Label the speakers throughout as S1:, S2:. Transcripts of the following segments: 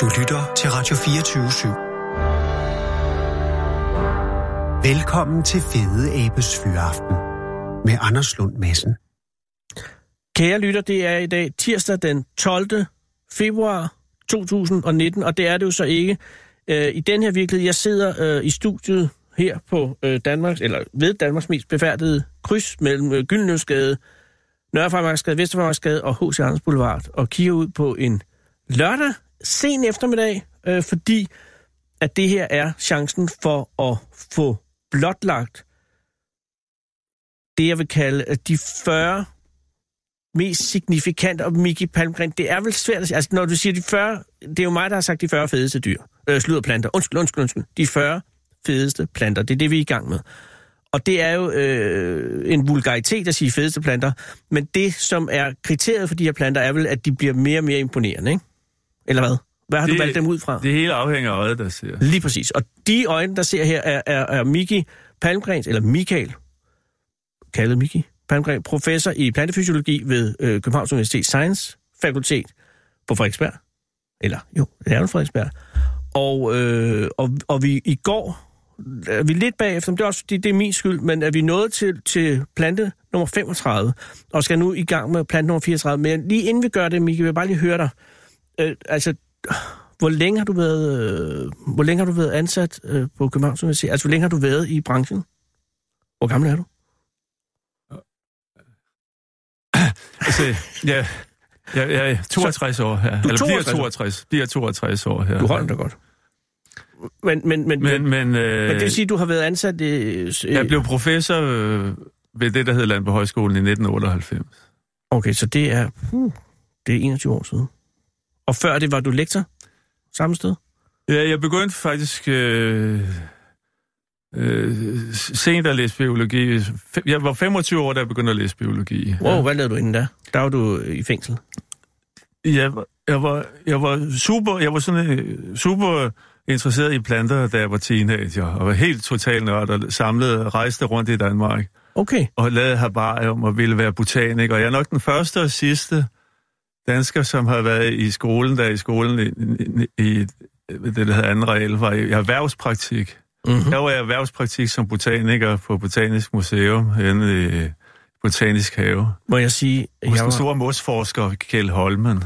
S1: Du lytter til Radio 24 /7. Velkommen til Fede Abes Fyraften med Anders Lund Madsen.
S2: Kære lytter, det er i dag tirsdag den 12. februar 2019, og det er det jo så ikke øh, i den her virkelighed. Jeg sidder øh, i studiet her på øh, Danmarks, eller ved Danmarks mest befærdede kryds mellem øh, Gyldenløvsgade, Nørrefarmarksgade, Vesterfarmarksgade og H.C. Anders Boulevard, og kigger ud på en lørdag sen eftermiddag, øh, fordi at det her er chancen for at få blotlagt det, jeg vil kalde øh, de 40 mest signifikante, og Miki Palmgren, det er vel svært at sige. Altså, når du siger de 40, det er jo mig, der har sagt de 40 fedeste dyr. Øh, sludderplanter. Undskyld, undskyld, undskyld. De 40 fedeste planter. Det er det, vi er i gang med. Og det er jo øh, en vulgaritet at sige fedeste planter, men det, som er kriteriet for de her planter, er vel, at de bliver mere og mere imponerende, ikke? Eller hvad? Hvad har det,
S3: Det-
S2: du valgt dem ud fra?
S3: Det hele afhænger af øjet, der ser.
S2: Lige præcis. Og de øjne, der ser her, er, er, er Miki Palmgrens, eller Michael, kaldet Miki Palmgren, professor i plantefysiologi ved øh, Københavns Universitet Science Fakultet på Frederiksberg. Eller jo, det er jo Frederiksberg. Og, øh, og, og vi i går, er vi lidt bagefter, men det er også fordi, det er min skyld, men er vi nået til, til plante nummer 35, og skal nu i gang med plante nummer 34. Men lige inden vi gør det, Miki, vil jeg bare lige høre dig. Øh, altså, hvor længe har du været, øh, hvor længe har du været ansat øh, på Københavns Universitet? Altså, hvor længe har du været i branchen? Hvor gammel er du?
S3: Altså, jeg, jeg, jeg er 62 år her.
S2: Du er
S3: Eller bliver
S2: 62?
S3: 62. Bliver 62 år her.
S2: Du holder dig godt. Men, men, men, men,
S3: Men, men, øh,
S2: men det vil sige, at du har været ansat... Øh, s- øh,
S3: jeg blev professor øh, ved det, der hed Land på Højskolen i 1998.
S2: øh, Okay, så det er, hmm, det er 21 år siden. Og før det var du lektor samme sted?
S3: Ja, jeg begyndte faktisk øh, øh, sent at læse biologi. Fe- Jeg var 25 år, da jeg begyndte at læse biologi.
S2: Wow, ja. hvad lavede du inden da? Der var du øh, i fængsel.
S3: Jeg, var- jeg, var, jeg var super, jeg var sådan, øh, super interesseret i planter, da jeg var teenager, og var helt total nørd og samlede rejste rundt i Danmark
S2: Okay,
S3: og lavede herbarium og ville være botaniker. Jeg er nok den første og sidste dansker, som har været i skolen, der i skolen i, i, i det, der hedder anden regel, var i, i erhvervspraktik.
S2: Mhm.
S3: Mm-hmm. Der var jeg i erhvervspraktik som botaniker på Botanisk Museum inde i Botanisk Have.
S2: må jeg sige, at
S3: Hos
S2: jeg
S3: den
S2: var,
S3: store mosforsker Kjell Holmen.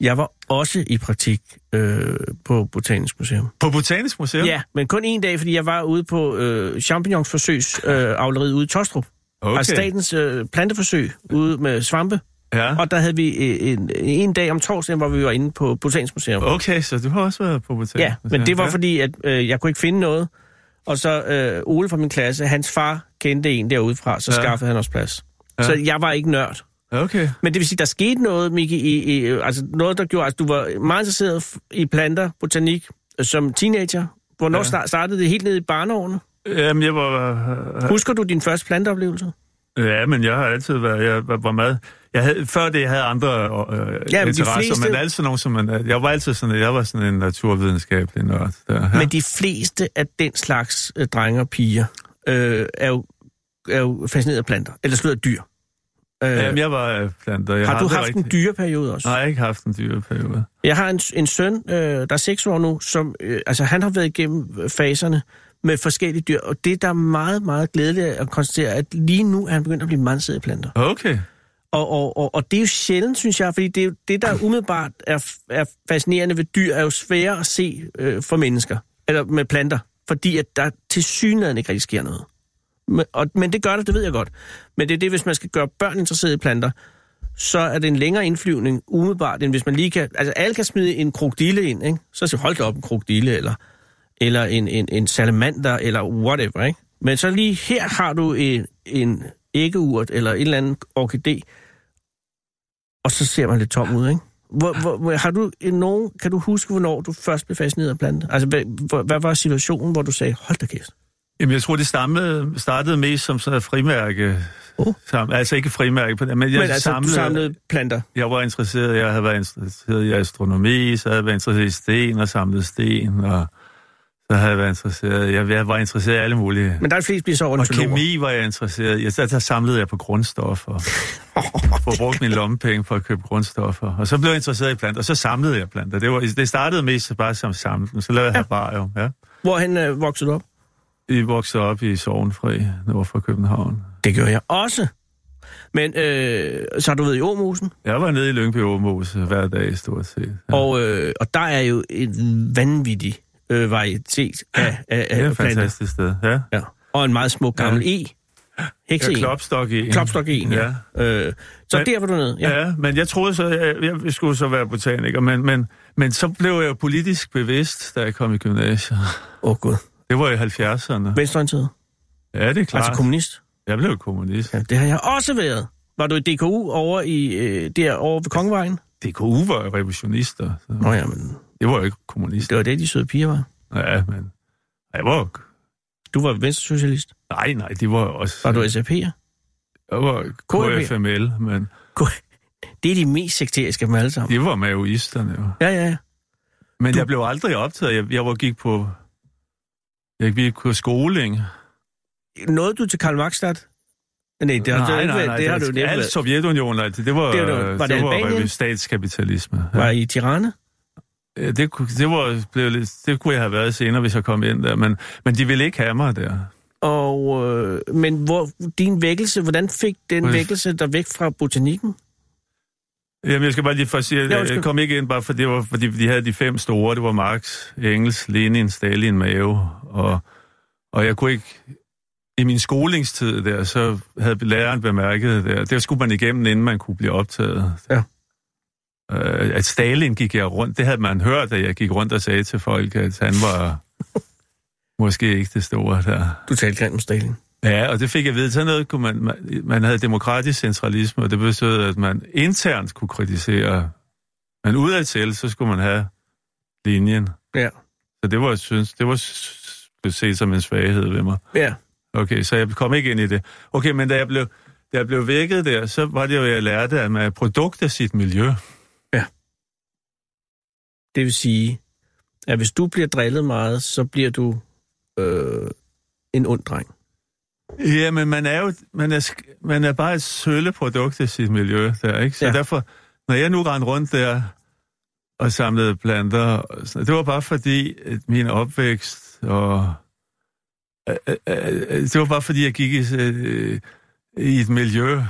S2: jeg var også i praktik øh, på Botanisk Museum.
S3: På Botanisk Museum?
S2: Ja, men kun en dag, fordi jeg var ude på øh, champignonsforsøgsavleriet øh, avleriet ude i Tostrup. Okay.
S3: Okay.
S2: Altså statens øh, planteforsøg ude med svampe.
S3: Ja.
S2: Og der havde vi øh, en, en dag om torsdagen, hvor vi var inde på Botanisk Museum.
S3: Okay, så du har også været på Botanisk
S2: Ja,
S3: Museum.
S2: men det var
S3: ja.
S2: fordi, at øh, jeg kunne ikke finde noget. Og så øh, Ole fra min klasse, hans far kendte en derudefra, så ja.
S3: Ja.
S2: skaffede han os plads. Ja.
S3: Ja.
S2: Så jeg var ikke nørd.
S3: Okay.
S2: Men det vil sige, der skete noget, Miki, i, i, øh, altså noget, der gjorde, at altså, du var meget interesseret f- i planter, botanik, øh, som teenager. Hvornår
S3: Ja.
S2: ja. startede det helt ned i barneårene?
S3: Jamen, jeg var...
S2: Husker du din første planteoplevelse?
S3: Ja, men jeg har altid været, jeg var var meget... Jeg havde, før det, jeg havde andre øh,
S2: Ja, men de
S3: ja, interesser,
S2: fleste-
S3: fleste... men altid nogen, som man... Jeg var altid sådan, jeg var sådan en naturvidenskabelig nørd. Der, ja.
S2: Men de fleste af den slags øh, drenge og piger øh, er, jo, er jo fascineret af planter, eller slået af dyr. Øh,
S3: Jamen, jeg var øh, planter. Jeg
S2: har du
S3: aldrig
S2: haft en dyreperiode også?
S3: Nej, jeg har ikke haft en dyreperiode.
S2: Jeg har en, en søn, øh, der er seks år nu, som øh, altså, han har været igennem øh, faserne med forskellige dyr, og det, der er meget, meget glædeligt at konstatere, at lige nu er han begyndt at blive mandsæde planter.
S3: Okay.
S2: Og, og, og, og det er jo sjældent, synes jeg, fordi det, er jo, det der umiddelbart er, er fascinerende ved dyr, er jo svære at se øh, for mennesker, eller med planter, fordi at der til synligheden ikke rigtig sker noget. Men, og, men det gør det, det ved jeg godt. Men det er det, hvis man skal gøre børn interesserede i planter, så er det en længere indflyvning umiddelbart, end hvis man lige kan... Altså, alle kan smide en krokodille ind, ikke? Så siger hold da op en krokodille, eller, eller en, en, en salamander, eller whatever, ikke? Men så lige her har du en, en æggeurt, eller en eller anden orkidé, og så ser man lidt tom ud, ikke? Hvor, hvor, hvor, har du en- nogen, kan du huske, hvornår du først blev fascineret af planter? Altså, hvad, hvor- hvad var situationen, hvor du sagde, hold da kæft?
S3: Jamen, jeg tror, det stammede, startede mest som sådan et frimærke.
S2: Oh.
S3: Oh. Sam, altså ikke frimærke, på den, men jeg
S2: Men altså, samlede... du samlede planter.
S3: Jeg var interesseret, jeg havde været interesseret i astronomi, så havde jeg været interesseret i sten og samlet sten, og så havde jeg været interesseret. Jeg, jeg var interesseret i alle mulige.
S2: Men der er flest bliver så
S3: Og
S2: ornitologer.
S3: kemi var jeg interesseret i. Så der samlede jeg på grundstoffer. Og brugte mine lommepenge for at købe grundstoffer. Og så blev jeg interesseret i planter, og så samlede jeg planter. Det, var, det startede mest bare som samlen. Så lavede jeg herbarium, ja.
S2: Hvor han øh, voksede op.
S3: I voksede op i Sovenfri, nord for København.
S2: Det gjorde jeg også. Men øh, så har du været i Åmosen,
S3: Jeg var nede i Lyngby Åmose hver dag, stort set.
S2: ja. og, øh, og der er jo en vanvittig øh, varietet af, af,
S3: det er
S2: af
S3: et
S2: planter.
S3: fantastisk sted, ja.
S2: Ja. Og en meget smuk gammel ja. E. Hekse
S3: Ja,
S2: ja,
S3: klopstok i.
S2: Klopstok en, ja.
S3: ja.
S2: ja. Øh, så
S3: Men-
S2: der var du nede. Ja.
S3: Ja. ja, men jeg troede så, jeg, jeg skulle så være botaniker, men, men, men så blev jeg jo politisk bevidst, da jeg kom i gymnasiet.
S2: Åh oh, gud.
S3: Det var i 70'erne.
S2: Venstreorienteret.
S3: Ja, det er klart.
S2: Altså kommunist.
S3: Jeg blev kommunist.
S2: Ja, det har jeg også været. Var du i DKU over i øh, der over ved Kongevejen?
S3: DKU var jo revolutionister. Så
S2: Nå ja, men
S3: det var jo ikke kommunister.
S2: det var det, de søde piger var.
S3: Ja, men... Jeg var jo...
S2: Du var venstresocialist.
S3: Nej, nej, det var jo også...
S2: Var du SAP'er?
S3: Jeg var
S2: KFML,
S3: KFML, men
S2: Det er de mest sekteriske af dem alle sammen.
S3: det var maoisterne jo.
S2: Ja, ja, ja.
S3: Men
S2: Du-
S3: du... jeg blev aldrig optaget. Jeg, jeg var gik på... Jeg gik på skoling.
S2: Nåede du til Karl Marxstadt? Nej, det har, du ikke været- det har du nemt
S3: Alt
S2: været.
S3: Sovjetunionen, alt det, det var,
S2: Det var-
S3: det,
S2: var
S3: var,
S2: det
S3: det var
S2: Albanien?
S3: revi- statskapitalisme. Ja.
S2: Var I Tirana?
S3: Ja, Det, kunne- det, var, blev lidt, det kunne jeg have været senere, hvis jeg kom ind der, men, men de ville ikke have mig der.
S2: Og, øh, men hvor, din vækkelse, hvordan fik den
S3: Hvor-
S2: vækkelse der væk fra botanikken?
S3: Jamen, jeg skal bare lige først sige, at
S2: Ja,
S3: jeg,
S2: undskyld.
S3: jeg kom ikke ind, bare for det var, fordi de havde de fem store. Det var Marx, Engels, Lenin, Stalin, Mao. Og, og jeg kunne ikke... I min skolingstid der, så havde læreren bemærket det der. Det skulle man igennem, inden man kunne blive optaget.
S2: Ja.
S3: Øh, at Stalin gik jeg rundt, det havde man hørt, at jeg gik rundt og sagde til folk, at han var måske ikke det store der.
S2: Du talte grimt om Stalin.
S3: Ja, og det fik jeg at vide. Sådan noget kunne man, man, man havde demokratisk centralisme, og det betød, at man internt kunne kritisere. Men udadtil, så skulle man have linjen.
S2: Ja.
S3: Så det var, synes, det var s- blev set som en svaghed ved mig.
S2: Ja.
S3: Okay, så jeg kom ikke ind i det. Okay, men da jeg blev, da jeg blev vækket der, så var det jo, at jeg lærte, at man er et produkt af sit miljø.
S2: Det vil sige, at hvis du bliver drillet meget, så bliver du øh, en ond dreng.
S3: Ja, men man er jo man er, sk- man er bare et sølleprodukt af sit miljø der, ikke? Så
S2: Ja.
S3: ja. derfor, når jeg nu rendte rundt der og samlede planter, og sådan, det var bare fordi, at min opvækst og... Øh, øh, øh, Det var bare fordi, jeg gik i, øh, i et miljø,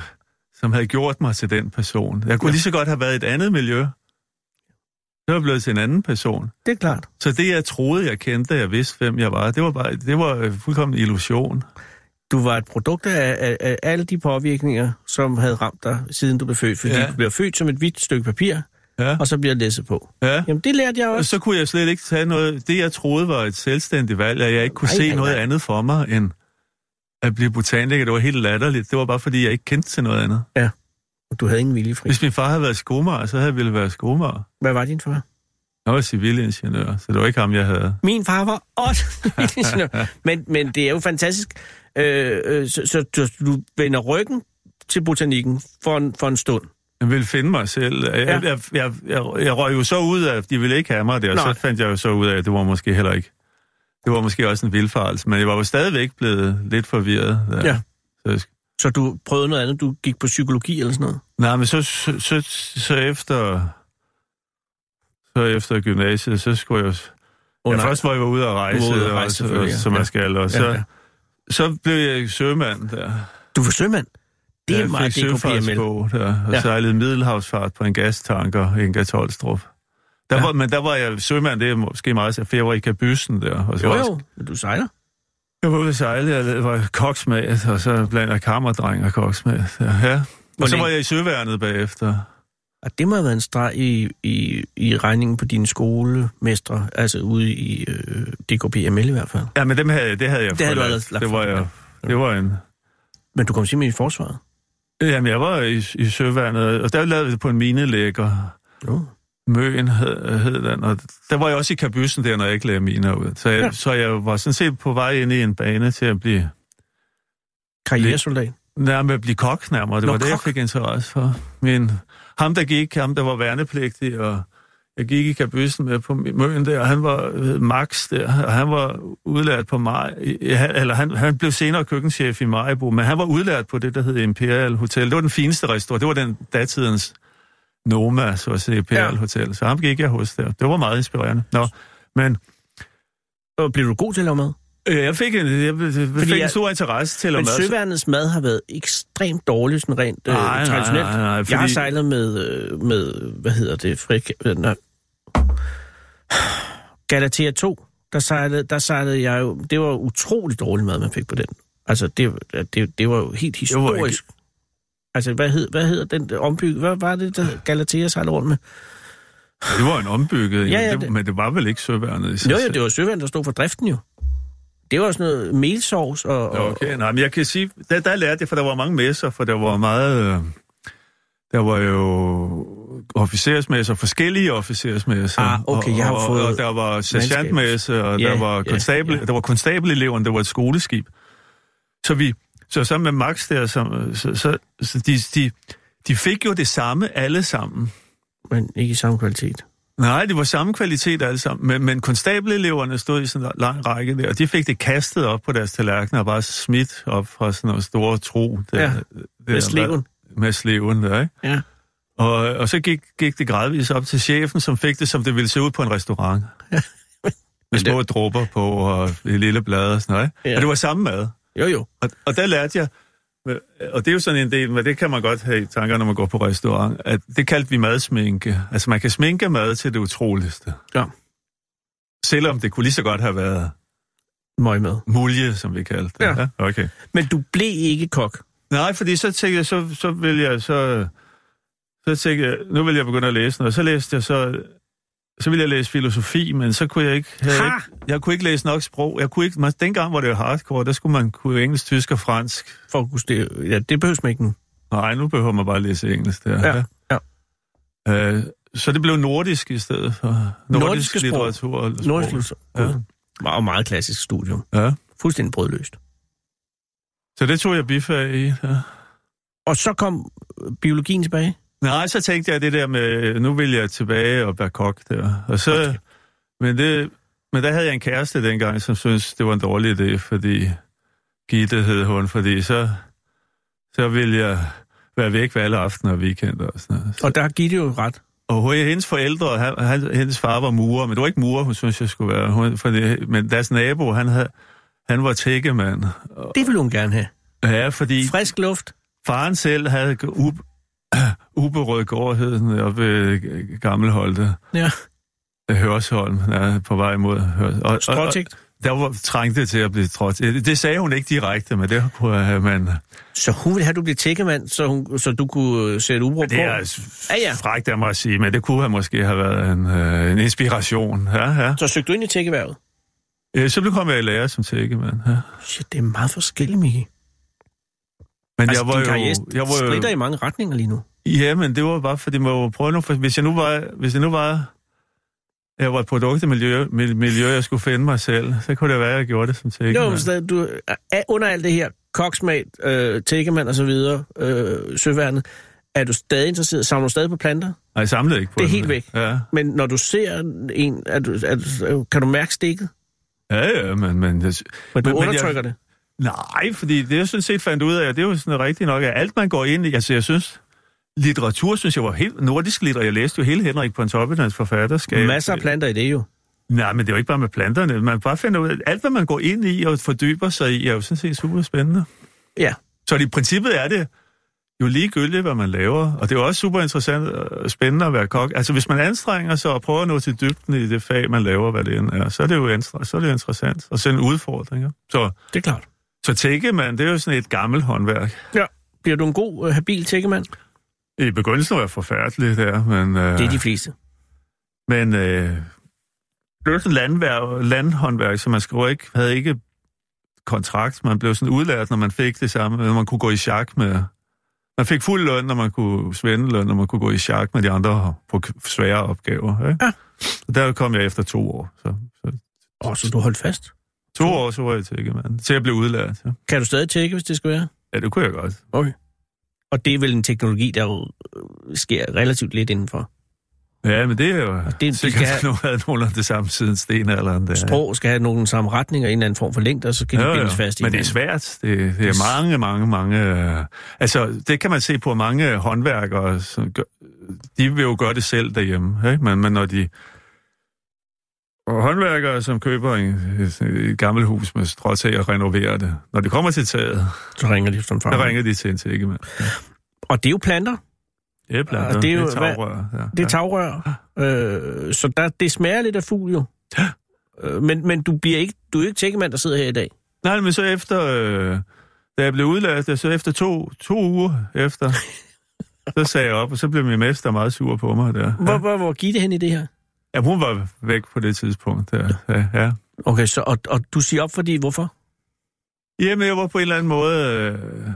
S3: som havde gjort mig til den person. Jeg kunne
S2: Ja.
S3: lige så godt have været i et andet miljø. Så var jeg blevet til en anden person.
S2: Det er klart.
S3: Så det, jeg troede, jeg kendte, jeg vidste, hvem jeg var, det var, bare, det var øh, fuldkommen illusion.
S2: Du var et produkt af, af, af alle de påvirkninger, som havde ramt dig, siden du blev født. Fordi ja.
S3: Ja.
S2: du blev født som et hvidt stykke papir,
S3: Ja,
S2: og så bliver læsset på.
S3: ja.
S2: Jamen, det lærte jeg
S3: Og
S2: også.
S3: så kunne jeg slet ikke tage noget. Det, jeg troede var et selvstændigt valg, at jeg ikke kunne
S2: Nej,
S3: nej,
S2: nej,
S3: se nej, noget
S2: nej.
S3: andet for mig end at blive botaniker. Det var helt latterligt. Det var bare, fordi jeg ikke kendte til noget andet.
S2: Du havde ingen viljefri.
S3: Hvis min far havde været skomager, så havde jeg ville være skomager.
S2: Hvad var din far?
S3: Jeg var civilingeniør, så det var ikke ham, jeg havde.
S2: Min far var også ingeniør. men, men det er jo fantastisk. Øh, øh, så, så du, du vender ryggen til botanikken for en, for en stund.
S3: Jeg ville finde mig selv. Jeg,
S2: Ja.
S3: ja. jeg, jeg, jeg, jeg røg jo så ud af, at de ville ikke have mig der.
S2: Nej.
S3: Så fandt jeg jo så ud af, at det var måske heller ikke. Det var måske også en vildfarelse, men jeg var jo stadigvæk blevet lidt forvirret. der.
S2: Ja.
S3: Så jeg
S2: Så du prøvede noget andet. Du gik på psykologi eller sådan noget.
S3: Nej, men så, så, så, så efter så efter gymnasiet, så skulle jeg... Oh, ja,
S2: nej.
S3: først var jeg ude at rejse,
S2: Du var ude at
S3: og,
S2: rejse,
S3: og,
S2: selvfølgelig,
S3: som
S2: ja.
S3: man skal, og så,
S2: Ja, ja.
S3: så blev jeg sømand der.
S2: Du var sømand. Det er
S3: jeg
S2: meget
S3: fik
S2: DKPML.
S3: søfartsbog der, og
S2: Ja.
S3: ja. sejlede middelhavsfart på en gastanker, Inga Tolstrup. Der
S2: Ja.
S3: ja. var, men der var jeg sømand, det er måske meget, for jeg var i kabysen der. Og så
S2: Jo,
S3: var-
S2: jo. Men Du sejler.
S3: Jeg var ude at sejle, jeg var koksmad, og så blandt jeg kammerdreng og koksmad. Ja. ja. Og så
S2: længe?
S3: var jeg i søværnet bagefter.
S2: Og det må have været en streg i, i, i regningen på dine skolemestre, altså ude i øh, DKPML i hvert fald.
S3: Ja, men dem havde, det havde jeg
S2: Det havde du
S3: forladt.
S2: allerede lagt
S3: det var
S2: fra dig,
S3: jeg, det var en...
S2: Men du kom simpelthen i forsvaret.
S3: Jamen, jeg var i, i Søværnet, og der lavede vi det på en minelægger.
S2: Jo.
S3: Møen hed, hed den, og der var jeg også i kabysen der, når jeg ikke lavede miner ud. Så jeg,
S2: Ja.
S3: ja. så jeg var sådan set på vej ind i en bane til at blive,
S2: Karrieresoldat.
S3: nærmere at blive kok nærmere. Det
S2: Nå,
S3: var det, jeg
S2: kok.
S3: fik interesse for. Men ham, der gik, ham, der var værnepligtig, og Jeg gik i kabøssen med på møen der, og han var øh, Max der, og han var udlært på maj, eller han, han blev senere køkkenchef i Majbo, men han var udlært på det, der hed Imperial Hotel. Det var den fineste restaurant, det var den datidens Noma, så at sige, Imperial
S2: Ja.
S3: ja. Hotel. Så ham gik jeg hos der. Det var meget inspirerende. Nå, men
S2: Og blev du god til at lave mad?
S3: øh, jeg fik en, jeg, jeg fik
S2: jeg-
S3: en stor interesse til at
S2: Men
S3: lave mad. altså.
S2: søværnets mad har været ekstremt dårligt, sådan rent øh,
S3: Nej, nej,
S2: traditionelt.
S3: nej, nej,
S2: Jeg har
S3: fordi-
S2: sejlet med, øh, med hvad hedder det, frik... øh, nej. Galatea 2, der sejlede, der sejlede jeg jo... Det var utroligt dårlig mad, man fik på den. Altså, det, det, det var jo helt
S3: var ikke-
S2: historisk. Altså, hvad hed, hvad hedder den der ombyg? Hvad var det, der Galatea sejlede rundt med?
S3: Det var en ombygget,
S2: Ja,
S3: ja,
S2: ja,
S3: ja, det,
S2: det-
S3: men det var vel ikke søværnet i sig
S2: Jo, jo,
S3: selv.
S2: det var søværnet, der stod for driften jo. Det var sådan noget melsovs og... og-
S3: Okay, nej, men jeg kan sige, der, der lærte jeg, for der var mange messer, for der var meget... Øh, der var jo officersmesser, forskellige officersmesser.
S2: Ah, okay,
S3: og,
S2: jeg har
S3: og,
S2: fået
S3: Og der var sergeantmesse, og
S2: Ja,
S3: der var
S2: ja,
S3: konstabel,
S2: ja.
S3: der var konstabeleleverne, der var et skoleskib. Så vi, så sammen med Max der, så, så, så, så de, de, de fik jo det samme alle sammen.
S2: Men ikke i samme kvalitet.
S3: Nej, det var samme kvalitet alle sammen, men, men konstabeleleverne stod i sådan en lang række der, og de fik det kastet op på deres tallerkener og bare smidt op fra sådan noget store tro. Der,
S2: Ja,
S3: der,
S2: Med sleven.
S3: Med sleven, der, ikke?
S2: Ja.
S3: Og, og så gik, gik det gradvist op til chefen, som fik det, som det ville se ud på en restaurant. Med små dråber på og et lille blad og sådan noget. ikke?
S2: Ja.
S3: Og det var samme mad.
S2: Jo, jo.
S3: Og, og der lærte jeg, og det er jo sådan en del, men det kan man godt have i tanker, når man går på restaurant, at det kaldte vi madsminke. Altså man kan sminke mad til det utroligste.
S2: Ja.
S3: Selvom det kunne lige så godt have været
S2: Møg med.
S3: mulje, som vi kaldte det.
S2: Ja.
S3: okay.
S2: Men du blev ikke kok.
S3: Nej, fordi så tænkte jeg, så, så vil jeg så... Så tænkte jeg, nu vil jeg begynde at læse noget. Så læste jeg så... Så ville jeg læse filosofi, men så kunne jeg ikke... Havde
S2: Ha!
S3: ikke jeg kunne ikke læse nok sprog. Jeg kunne ikke, man, dengang var det jo hardcore, der skulle man kunne engelsk, tysk og fransk.
S2: For at kunne stille. Ja, det behøves man ikke nu.
S3: Nej, nu behøver man bare læse engelsk der.
S2: Ja, ja.
S3: Øh, så det blev nordisk i stedet for nordisk
S2: Nordiske
S3: Nordiske
S2: sprog.
S3: litteratur. og sprog.
S2: Nordisk Lys.
S3: Ja.
S2: Ja. Meget, meget klassisk studium.
S3: Ja.
S2: Fuldstændig brødløst.
S3: Så det tog jeg bifag i. Ja.
S2: Og så kom øh, biologien tilbage.
S3: Nej, så tænkte jeg det der med, nu vil jeg tilbage og være kok der. Og så,
S2: Okay.
S3: okay. men, det, men der havde jeg en kæreste dengang, som syntes, det var en dårlig idé, fordi Gitte hed hun, fordi så, så ville jeg være væk hver alle aftener og weekender og sådan noget.
S2: Og der gik det jo ret.
S3: Og hun- hendes forældre, han, han, hendes far var murer, men det var ikke murer, hun synes, jeg skulle være. Hun, for det, men deres nabo, han, havde, han var tækkemand.
S2: Det ville hun gerne have.
S3: Ja, fordi
S2: Frisk luft.
S3: faren selv havde u, uberød gårdheden oppe ved Gammelholte,
S2: Ja,
S3: Hørsholm, ja, på vej mod Hørsholm. Og, og, og,
S2: stråtægt.
S3: der var trængte til at blive trådt. Det sagde hun ikke direkte, men det kunne øh, man...
S2: Så hun ville have, at du blev tækkemand, så, hun, så du kunne øh, sætte ubro på.
S3: Det er altså-
S2: Ja, ja.
S3: frækt af mig at sige, men det kunne have måske have været en, øh, en inspiration. Ja, ja.
S2: Så søgte du ind i tækkeværvet.
S3: Øh, Så blev kom jeg i lære som tækkemand. Ja.
S2: Shit, det er meget forskelligt, Miki.
S3: Men
S2: Altså,
S3: jeg var
S2: din
S3: jo...
S2: karriere
S3: Jeg var
S2: strider i
S3: jo
S2: mange retninger lige nu.
S3: ja, men det var bare, fordi man var prøve nu, for hvis jeg nu var... Hvis jeg nu var... Jeg var et produkt af miljø, mil- miljø, jeg skulle finde mig selv. Så kunne det være, at jeg gjorde det som tækken.
S2: Jo, men stadig, du, er, under alt det her, koksmat, øh, tækkemand og så videre, øh, søværnet, er du stadig interesseret, samler du stadig på planter?
S3: Nej, jeg samlede ikke på
S2: Det er
S3: dem.
S2: helt væk.
S3: Ja,
S2: Men når du ser en, er du, er du, kan du mærke stikket?
S3: ja, ja men... men, jeg,
S2: Men du
S3: men-
S2: men,
S3: men
S2: undertrykker jeg... det.
S3: Nej, fordi det jeg sådan set fandt ud af, det er jo sådan rigtigt nok, at alt man går ind i, altså jeg synes, litteratur synes jeg var helt nordisk litteratur. Jeg læste jo hele Henrik Pontoppidans forfatterskab.
S2: Masser af planter i det jo.
S3: Nej, men det er jo ikke bare med planterne. Man bare finder ud af, alt hvad man går ind i og fordyber sig i, er jo sådan set super spændende.
S2: Ja.
S3: Så i princippet er det jo ligegyldigt, hvad man laver. Og det er jo også super interessant og spændende at være kok. Altså, hvis man anstrenger sig og prøver at nå til dybden i det fag, man laver, hvad det end er, så er det jo, anstre- så er det jo interessant og sende udfordringer. Så,
S2: Det er klart.
S3: så tækkemand, det er jo sådan et gammelt håndværk.
S2: Ja. Bliver du en god, øh, habil tækkemand? Ja.
S3: I begyndelsen var jeg forfærdelig der, men... Øh,
S2: Det er de fleste.
S3: Men øh, blev sådan landvær, landhåndværk, så man skrev ikke, havde ikke kontrakt. Man blev sådan udlært, når man fik det samme. Når man kunne gå i chak med... Man fik fuld løn, når man kunne svende løn, når man kunne gå i chak med de andre på k- svære opgaver. Ikke?
S2: Ja.
S3: Og der kom jeg efter to år. Så, så
S2: Åh, så du holdt fast.
S3: to år, så var jeg tække, mand. Til jeg blev udlært. Ja.
S2: Kan du stadig tække, hvis det skal være?
S3: ja, det kunne jeg godt.
S2: Og det er vel en teknologi, der jo øh, sker relativt lidt indenfor.
S3: Ja, men det er jo
S2: de
S3: det, sikkert,
S2: skal-
S3: at nogen havde nogen af det samme siden stenalderen. Der.
S2: Strå skal have nogen samme retning og en eller anden form for længde, og så skal de bindes fast i
S3: Men det er
S2: hinanden.
S3: svært. Det, det er mange, mange, mange... øh, Altså, det kan man se på mange håndværkere. Som gør, de vil jo gøre det selv derhjemme, ikke? Men, men når de... Og håndværkere, som køber en, et, et gammelt hus med stråtag og renoverer det. Når det kommer til taget,
S2: Så ringer de som
S3: der
S2: far.
S3: ringer de til en tækkemand.
S2: Og det er jo planter.
S3: Det er blandt
S2: Og det er jo-
S3: det er tagrør, ja.
S2: Det er tagrør. Øh, så der, det smager lidt af fugl jo. Øh, men, men du, bliver ikke, du er jo ikke tækkemand, der sidder her i dag.
S3: Nej, men så efter, øh, da jeg blev udlært, så efter to, to uger efter, så sagde jeg op, og så blev min mester meget sur på mig der.
S2: Hvor, hvor, hvor gik det hen i det her?
S3: Ja, hun var væk på det tidspunkt der. Ja, ja.
S2: Okay, så, og, og du siger op, fordi hvorfor?
S3: Jamen, jeg var på en eller anden måde... Øh,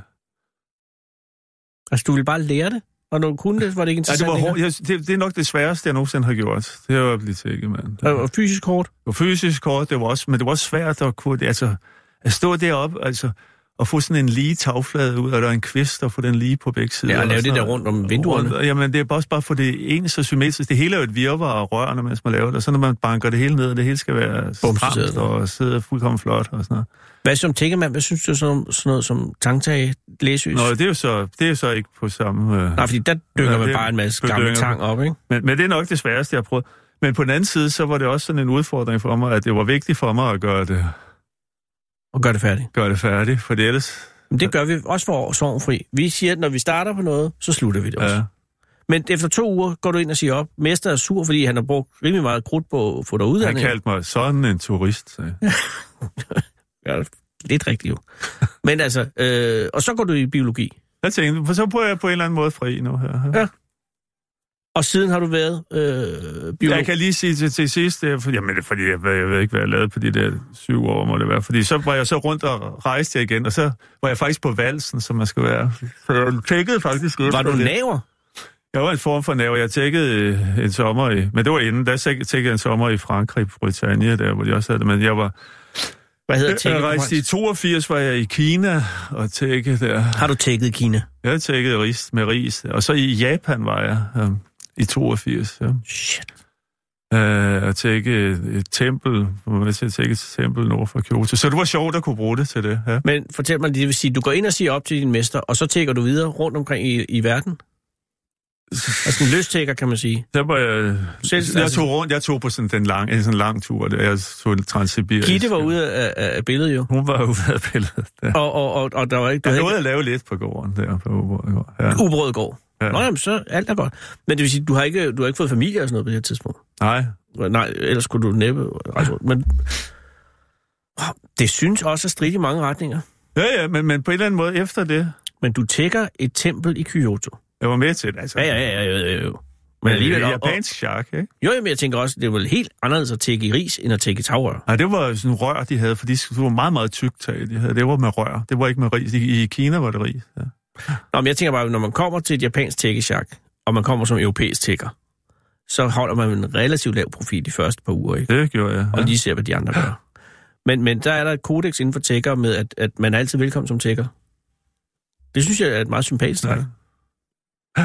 S2: Altså, du ville bare lære det, og når du kunne det, var det ikke
S3: ja, det,
S2: interessant
S3: var
S2: længere?
S3: hårdt. Jeg, det, det, er nok det sværeste, jeg nogensinde har gjort. Det var at blive tækket, mand. Det
S2: Og- Og fysisk hårdt.
S3: var fysisk hårdt, det var også, men det var også svært at kunne... Altså, at stå deroppe, altså, og få sådan en lige tagflade ud, og der er en kvist, og få den lige på begge sider.
S2: Ja, og lave det
S3: sådan
S2: der
S3: noget.
S2: rundt om vinduerne.
S3: Rundt, jamen, det er også bare for det ene så symmetrisk. Det hele er jo et virvar af rørene, mens man laver det. Og så når man banker det hele ned, og det hele skal være stramt
S2: sidder
S3: og sidder fuldkommen flot og sådan noget.
S2: Hvad som tækkemand, hvad synes du så om sådan noget som tangtage, læsøs?
S3: Nå,
S2: Nej,
S3: det er jo så, det er jo så ikke på samme... Øh,
S2: fordi der dykker
S3: Ja,
S2: man
S3: det
S2: bare en masse
S3: bedynger
S2: gamle
S3: på.
S2: tang op, ikke?
S3: men, men det er nok det sværeste, jeg har prøvet. Men på den anden side, så var det også sådan en udfordring for mig, at det var vigtigt for mig at gøre det,
S2: Og gør det færdigt.
S3: gøre det færdigt, for ellers...
S2: Men det gør vi også for sorgfri. Vi siger, at når vi starter på noget, så slutter vi det også.
S3: Ja,
S2: Men efter to uger går du ind og siger op. Mester er sur, fordi han har brugt rimelig meget krudt på at få dig ud af
S3: han
S2: det.
S3: kaldte mig sådan en turist. sagde han.
S2: Ja, lidt rigtigt jo. Men altså, øh, og så går du i biologi.
S3: Jeg tænkte, for så prøver jeg på en eller anden måde fri nu her.
S2: Ja, Og siden har du været øh, biolog.
S3: Jeg kan lige sige til, til sidst, det er, for, jamen, det er fordi jeg, ved- jeg ved ikke, hvad jeg lavede på de der syv år, må det være. Fordi så var jeg så rundt og rejste jeg igen, og så var jeg faktisk på valsen, som man skal være. Så jeg tjekkede faktisk efter
S2: Var du
S3: det.
S2: naver?
S3: Jeg var en form for nerve. Jeg tjekkede øh, en sommer i... Men det var inden, der tjek- tjekkede jeg en sommer i Frankrig, Britannia, der hvor de også havde det. Men jeg var...
S2: Hvad hedder
S3: Jeg
S2: tækket? på
S3: rejste i
S2: fransk?
S3: 82, var jeg i Kina og tjekkede der.
S2: Har du tækket i Kina?
S3: Jeg tjekkede ris med ris. Og så i Japan var jeg øh, i 82, ja.
S2: Shit.
S3: øh, at tjekke et, et tempel, hvor man er til at tjekke et tempel nord for Kyoto. Så det var sjovt at kunne bruge det til det. Ja.
S2: Men fortæl mig lige, det vil sige, du går ind og siger op til din mester, og så tækker du videre rundt omkring i, i verden? Altså en løstækker, kan man sige.
S3: Der var jeg,
S2: Selv-
S3: jeg
S2: altså-
S3: tog rundt, jeg tog på sådan den lang, en sådan lang tur, der. jeg tog Transsibirisk.
S2: Gitte var ude af, af, af billedet jo.
S3: Hun var ude af billedet. Ja.
S2: Og, og, og, og der var ikke... Du
S3: Jeg
S2: havde
S3: nåede
S2: ikke
S3: at lave lidt på gården der på Uberød. Ja.
S2: ubrød går.
S3: Ja.
S2: Nå, jamen, så alt er godt. Men det vil sige, du har ikke, du har ikke fået familie og sådan noget på det her tidspunkt.
S3: Nej,
S2: Nej, ellers skulle du næppe. Altså, men Wow, det synes også at stride i mange retninger.
S3: ja, ja, men, men på en eller anden måde efter det,
S2: Men du tækker et tempel i Kyoto.
S3: jeg var med til det. Altså,
S2: Ja, ja, ja, ja, ja, ja. Men
S3: Men alligevel...
S2: alligevel... Og, og,
S3: Japansk chak, ikke?
S2: jo, jamen, jeg tænker også, det er vel helt anderledes at tække i ris, end at tække i tagrør.
S3: Nej, det var sådan rør, de havde, for de det var meget, meget tykt tag, de havde. Det var med rør. Det var ikke med ris. I, i Kina var det ris. Ja.
S2: Nå, men jeg tænker bare, når man kommer til et japansk tækkesjak, og man kommer som europæisk tækker, så holder man en relativt lav profil de første par uger, ikke?
S3: Det gjorde jeg. Ja.
S2: Og lige ser, hvad de andre gør. Men, men der er der et kodex inden for tækker med, at, at man er altid velkommen som tækker. Det synes jeg er et meget sympatisk træk.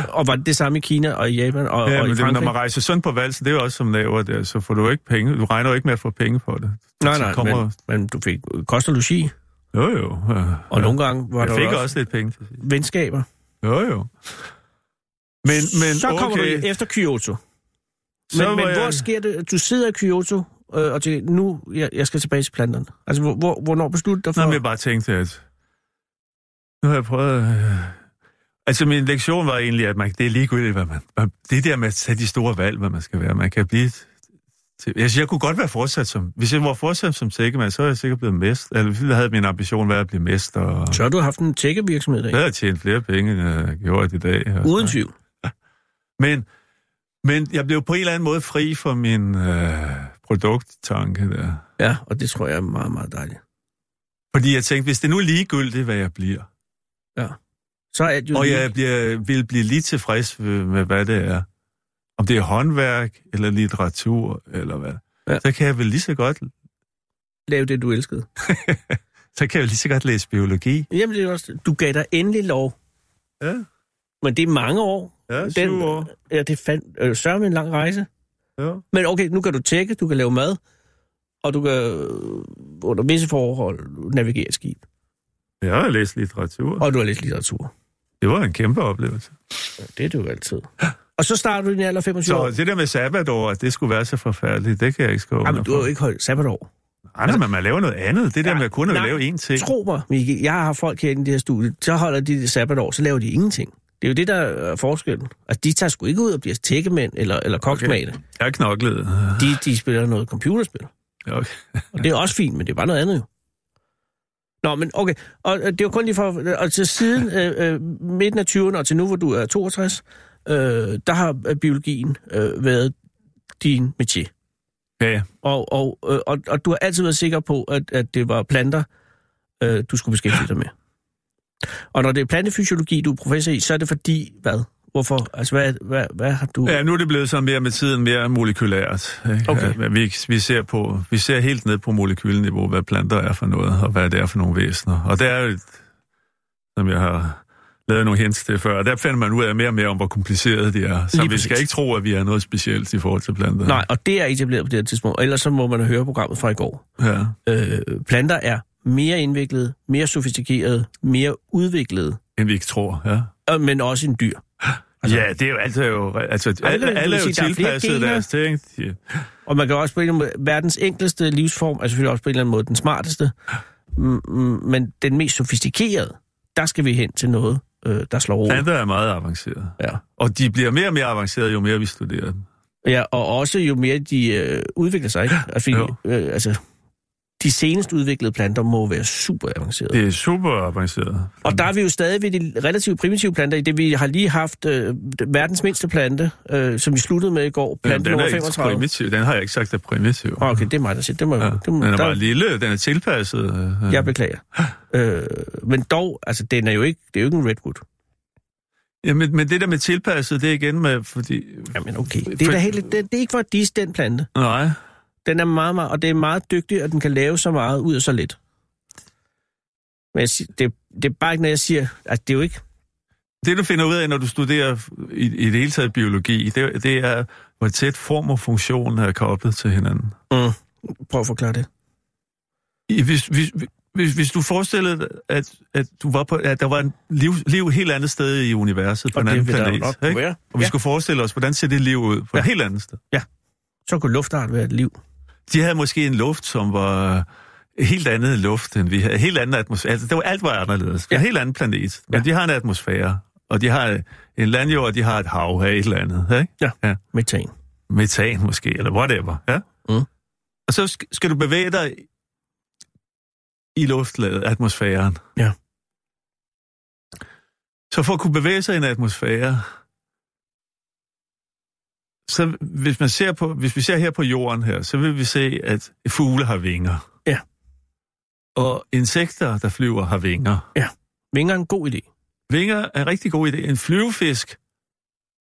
S2: Og var det det samme i Kina og i Japan og,
S3: Ja,
S2: og i
S3: men det, når
S2: Frankrig?
S3: man rejser sådan på valsen, det er jo også som naver der, så får du ikke penge. Du regner jo ikke med at få penge for det.
S2: nej,
S3: så
S2: nej,
S3: kommer-
S2: men, men du fik kost og logi,
S3: Jo, jo. Ja.
S2: og nogle gange var
S3: jeg
S2: der
S3: fik
S2: også,
S3: også...
S2: også
S3: lidt penge til sidst.
S2: venskaber.
S3: Jo, jo. Men, men
S2: så kommer
S3: okay,
S2: du efter Kyoto.
S3: så
S2: Men, men
S3: var
S2: hvor
S3: jeg-
S2: sker det? Du sidder i Kyoto, øh, og tænker, nu, jeg, jeg skal tilbage til planterne. Altså, hvor, hvor, hvornår besluttede du dig
S3: Nå,
S2: for...
S3: men jeg bare tænkte, at nu har jeg prøvet... øh, Altså, min lektion var egentlig, at man, det er ligegyldigt, hvad man... man- Det der med at tage de store valg, hvad man skal være. Man kan blive... Til, jeg, jeg kunne godt være fortsat som... Hvis jeg var fortsat som sikkemand, så er jeg sikkert blevet mester. Eller så havde min ambition været at blive mester. Og...
S2: Så har du haft en tækkevirksomhed i dag.
S3: Jeg havde tjent flere penge, end jeg gjorde i dag. og-
S2: Uden tvivl.
S3: Men, men jeg blev på en eller anden måde fri for min øh, produkttanke der.
S2: Ja, og det tror jeg er meget, meget dejligt.
S3: Fordi jeg tænkte, hvis det nu er ligegyldigt, hvad jeg bliver,
S2: Så er det jo
S3: og
S2: lige-
S3: jeg bliver, vil blive lige tilfreds med, med, hvad det er, om det er håndværk eller litteratur eller hvad,
S2: Ja.
S3: ja. så kan jeg vel lige så godt
S2: lave det, du elskede.
S3: så kan jeg vel lige så godt læse biologi.
S2: Jamen, det er også... Du gav dig endelig lov.
S3: Ja.
S2: Men det er mange år.
S3: Ja, syv
S2: Den-
S3: år.
S2: Ja, det fandt øh, sørme en lang rejse.
S3: Ja.
S2: Men okay, nu kan du tjekke, du kan lave mad, og du kan øh, under visse forhold navigere et skib.
S3: Jeg har læst litteratur.
S2: Og du har læst litteratur.
S3: Det var en kæmpe oplevelse.
S2: Ja, det er det jo altid. Og så starter du i din alder af 25 år.
S3: Så det der med sabbatår, at det skulle være så forfærdeligt, det kan jeg ikke skrive
S2: Jamen,
S3: under
S2: du har
S3: for.
S2: jo ikke holdt sabbatår.
S3: Nej, nej, men man laver noget andet. Det der
S2: Ja,
S3: med kun at
S2: nej.
S3: lave én ting.
S2: Tro mig, Mikke, jeg har folk herinde i det her studie, så holder de det sabbatår, så laver de ingenting. Det er jo det, der er forskellen. Altså, de tager sgu ikke ud og bliver tækkemænd eller, eller koksmate. Okay.
S3: Jeg har knoklet.
S2: De, de spiller noget computerspil.
S3: Ah. Okay.
S2: Og det er også fint, men det er bare noget andet jo. Nå, men okay. Og øh, det var kun lige for... Og til siden øh, øh, midten af 20'erne og til nu, hvor du er 62, øh, der har øh, biologien øh, været din métier.
S3: Ja, ja.
S2: Og, og, øh, og, og du har altid været sikker på, at, at det var planter, øh, du skulle beskæftige dig med. Og når det er plantefysiologi, du er professor i, så er det fordi, hvad? Hvorfor? Altså, hvad, hvad, hvad har du...
S3: Ja, nu er det blevet sådan mere med tiden mere molekylært. Ikke?
S2: Okay.
S3: Ja, men vi, vi, ser på, vi ser helt ned på molekyleniveau, hvad planter er for noget, og hvad det er for nogle væsener. Og der er jo, et- som jeg har lavet nogle hints til før, og der finder man ud af mere og mere om, hvor komplicerede de er. Så
S2: Lige
S3: Lige vi
S2: præcis.
S3: skal ikke tro, at vi er noget specielt i forhold til planter.
S2: Nej, og det er etableret på det her tidspunkt. Og ellers så må man høre programmet fra i går.
S3: Ja.
S2: øh, planter er mere indviklede, mere sofistikerede, mere udviklede,
S3: End vi ikke tror, ja.
S2: øh, men også en dyr.
S3: Altså, ja, det er jo altid jo... Altså, alle,
S2: vil du
S3: alle er
S2: sige,
S3: jo
S2: der er flere
S3: tilpasset
S2: gener?
S3: deres ting. De-
S2: Og man kan også på en eller anden måde, verdens enkleste livsform, altså selvfølgelig også på en eller anden måde den smarteste, mm, mm, men den mest sofistikerede, der skal vi hen til noget, øh, der slår over.
S3: Planter er meget avancerede.
S2: Ja.
S3: Og de bliver mere og mere avancerede, jo mere vi studerer dem.
S2: ja, og også jo mere de øh, udvikler sig, ikke? Altså,
S3: Jo.
S2: fordi, øh, altså, de senest udviklede planter må være super avancerede.
S3: Det er super avanceret.
S2: Og der er vi jo stadig ved de relativt primitive planter, i det vi har lige haft øh, verdens mindste plante, øh, som vi sluttede med i går, plante
S3: Øh, den
S2: nummer
S3: er ikke
S2: 35.
S3: primitiv. Den har jeg ikke sagt er primitiv.
S2: Åh, Okay, det er mig, der siger det. Må,
S3: Ja.
S2: ja, det må,
S3: Den er bare
S2: der,
S3: lille, den er tilpasset. øh, øh.
S2: jeg beklager. Øh, men dog, altså, den er jo ikke, det er jo ikke en redwood.
S3: Ja, men, men det der med tilpasset, det er igen med, fordi...
S2: Jamen okay, det er, da helt, det, det er ikke for at disse den plante.
S3: Nej,
S2: Den er meget, meget, og det er meget dygtig, og den kan lave så meget ud af så lidt. Men jeg, siger- det, det er bare ikke, når jeg siger, at det er jo ikke...
S3: det du finder ud af, når du studerer i, i det hele taget biologi, det, det er, hvor tæt form og funktion er koblet til hinanden. Mm.
S2: Prøv at forklare det.
S3: I- Hvis, hvis, hvis, hvis du forestillede dig, at, at, du var på, at der var en liv, liv et helt andet sted i universet, på en
S2: det
S3: anden
S2: vil der jo
S3: planet,
S2: nok kunne
S3: ikke?
S2: være.
S3: og vi
S2: Ja.
S3: skulle forestille os, hvordan ser det liv ud på ja.
S2: Ja.
S3: et helt andet sted.
S2: Så kunne luftart være et liv.
S3: de havde måske en luft, som var helt andet luft, end vi havde. Helt anden atmosfære. Altså, det var, alt var anderledes. Ja. En helt anden planet. Men
S2: Ja.
S3: ja. de har en atmosfære, og de har en landjord, og de har et hav af et eller andet. Ikke?
S2: Ja. Metan.
S3: Metan måske, eller whatever. Ja?
S2: Mm.
S3: Og så sk- skal du bevæge dig i luftlaget, atmosfæren.
S2: Ja.
S3: Så for at kunne bevæge sig i en atmosfære, så hvis, man ser på, hvis vi ser her på jorden her, så vil vi se, at fugle har vinger.
S2: Ja.
S3: Og insekter, der flyver, har vinger.
S2: Vinger er en god idé.
S3: Vinger er en rigtig god idé. En flyvefisk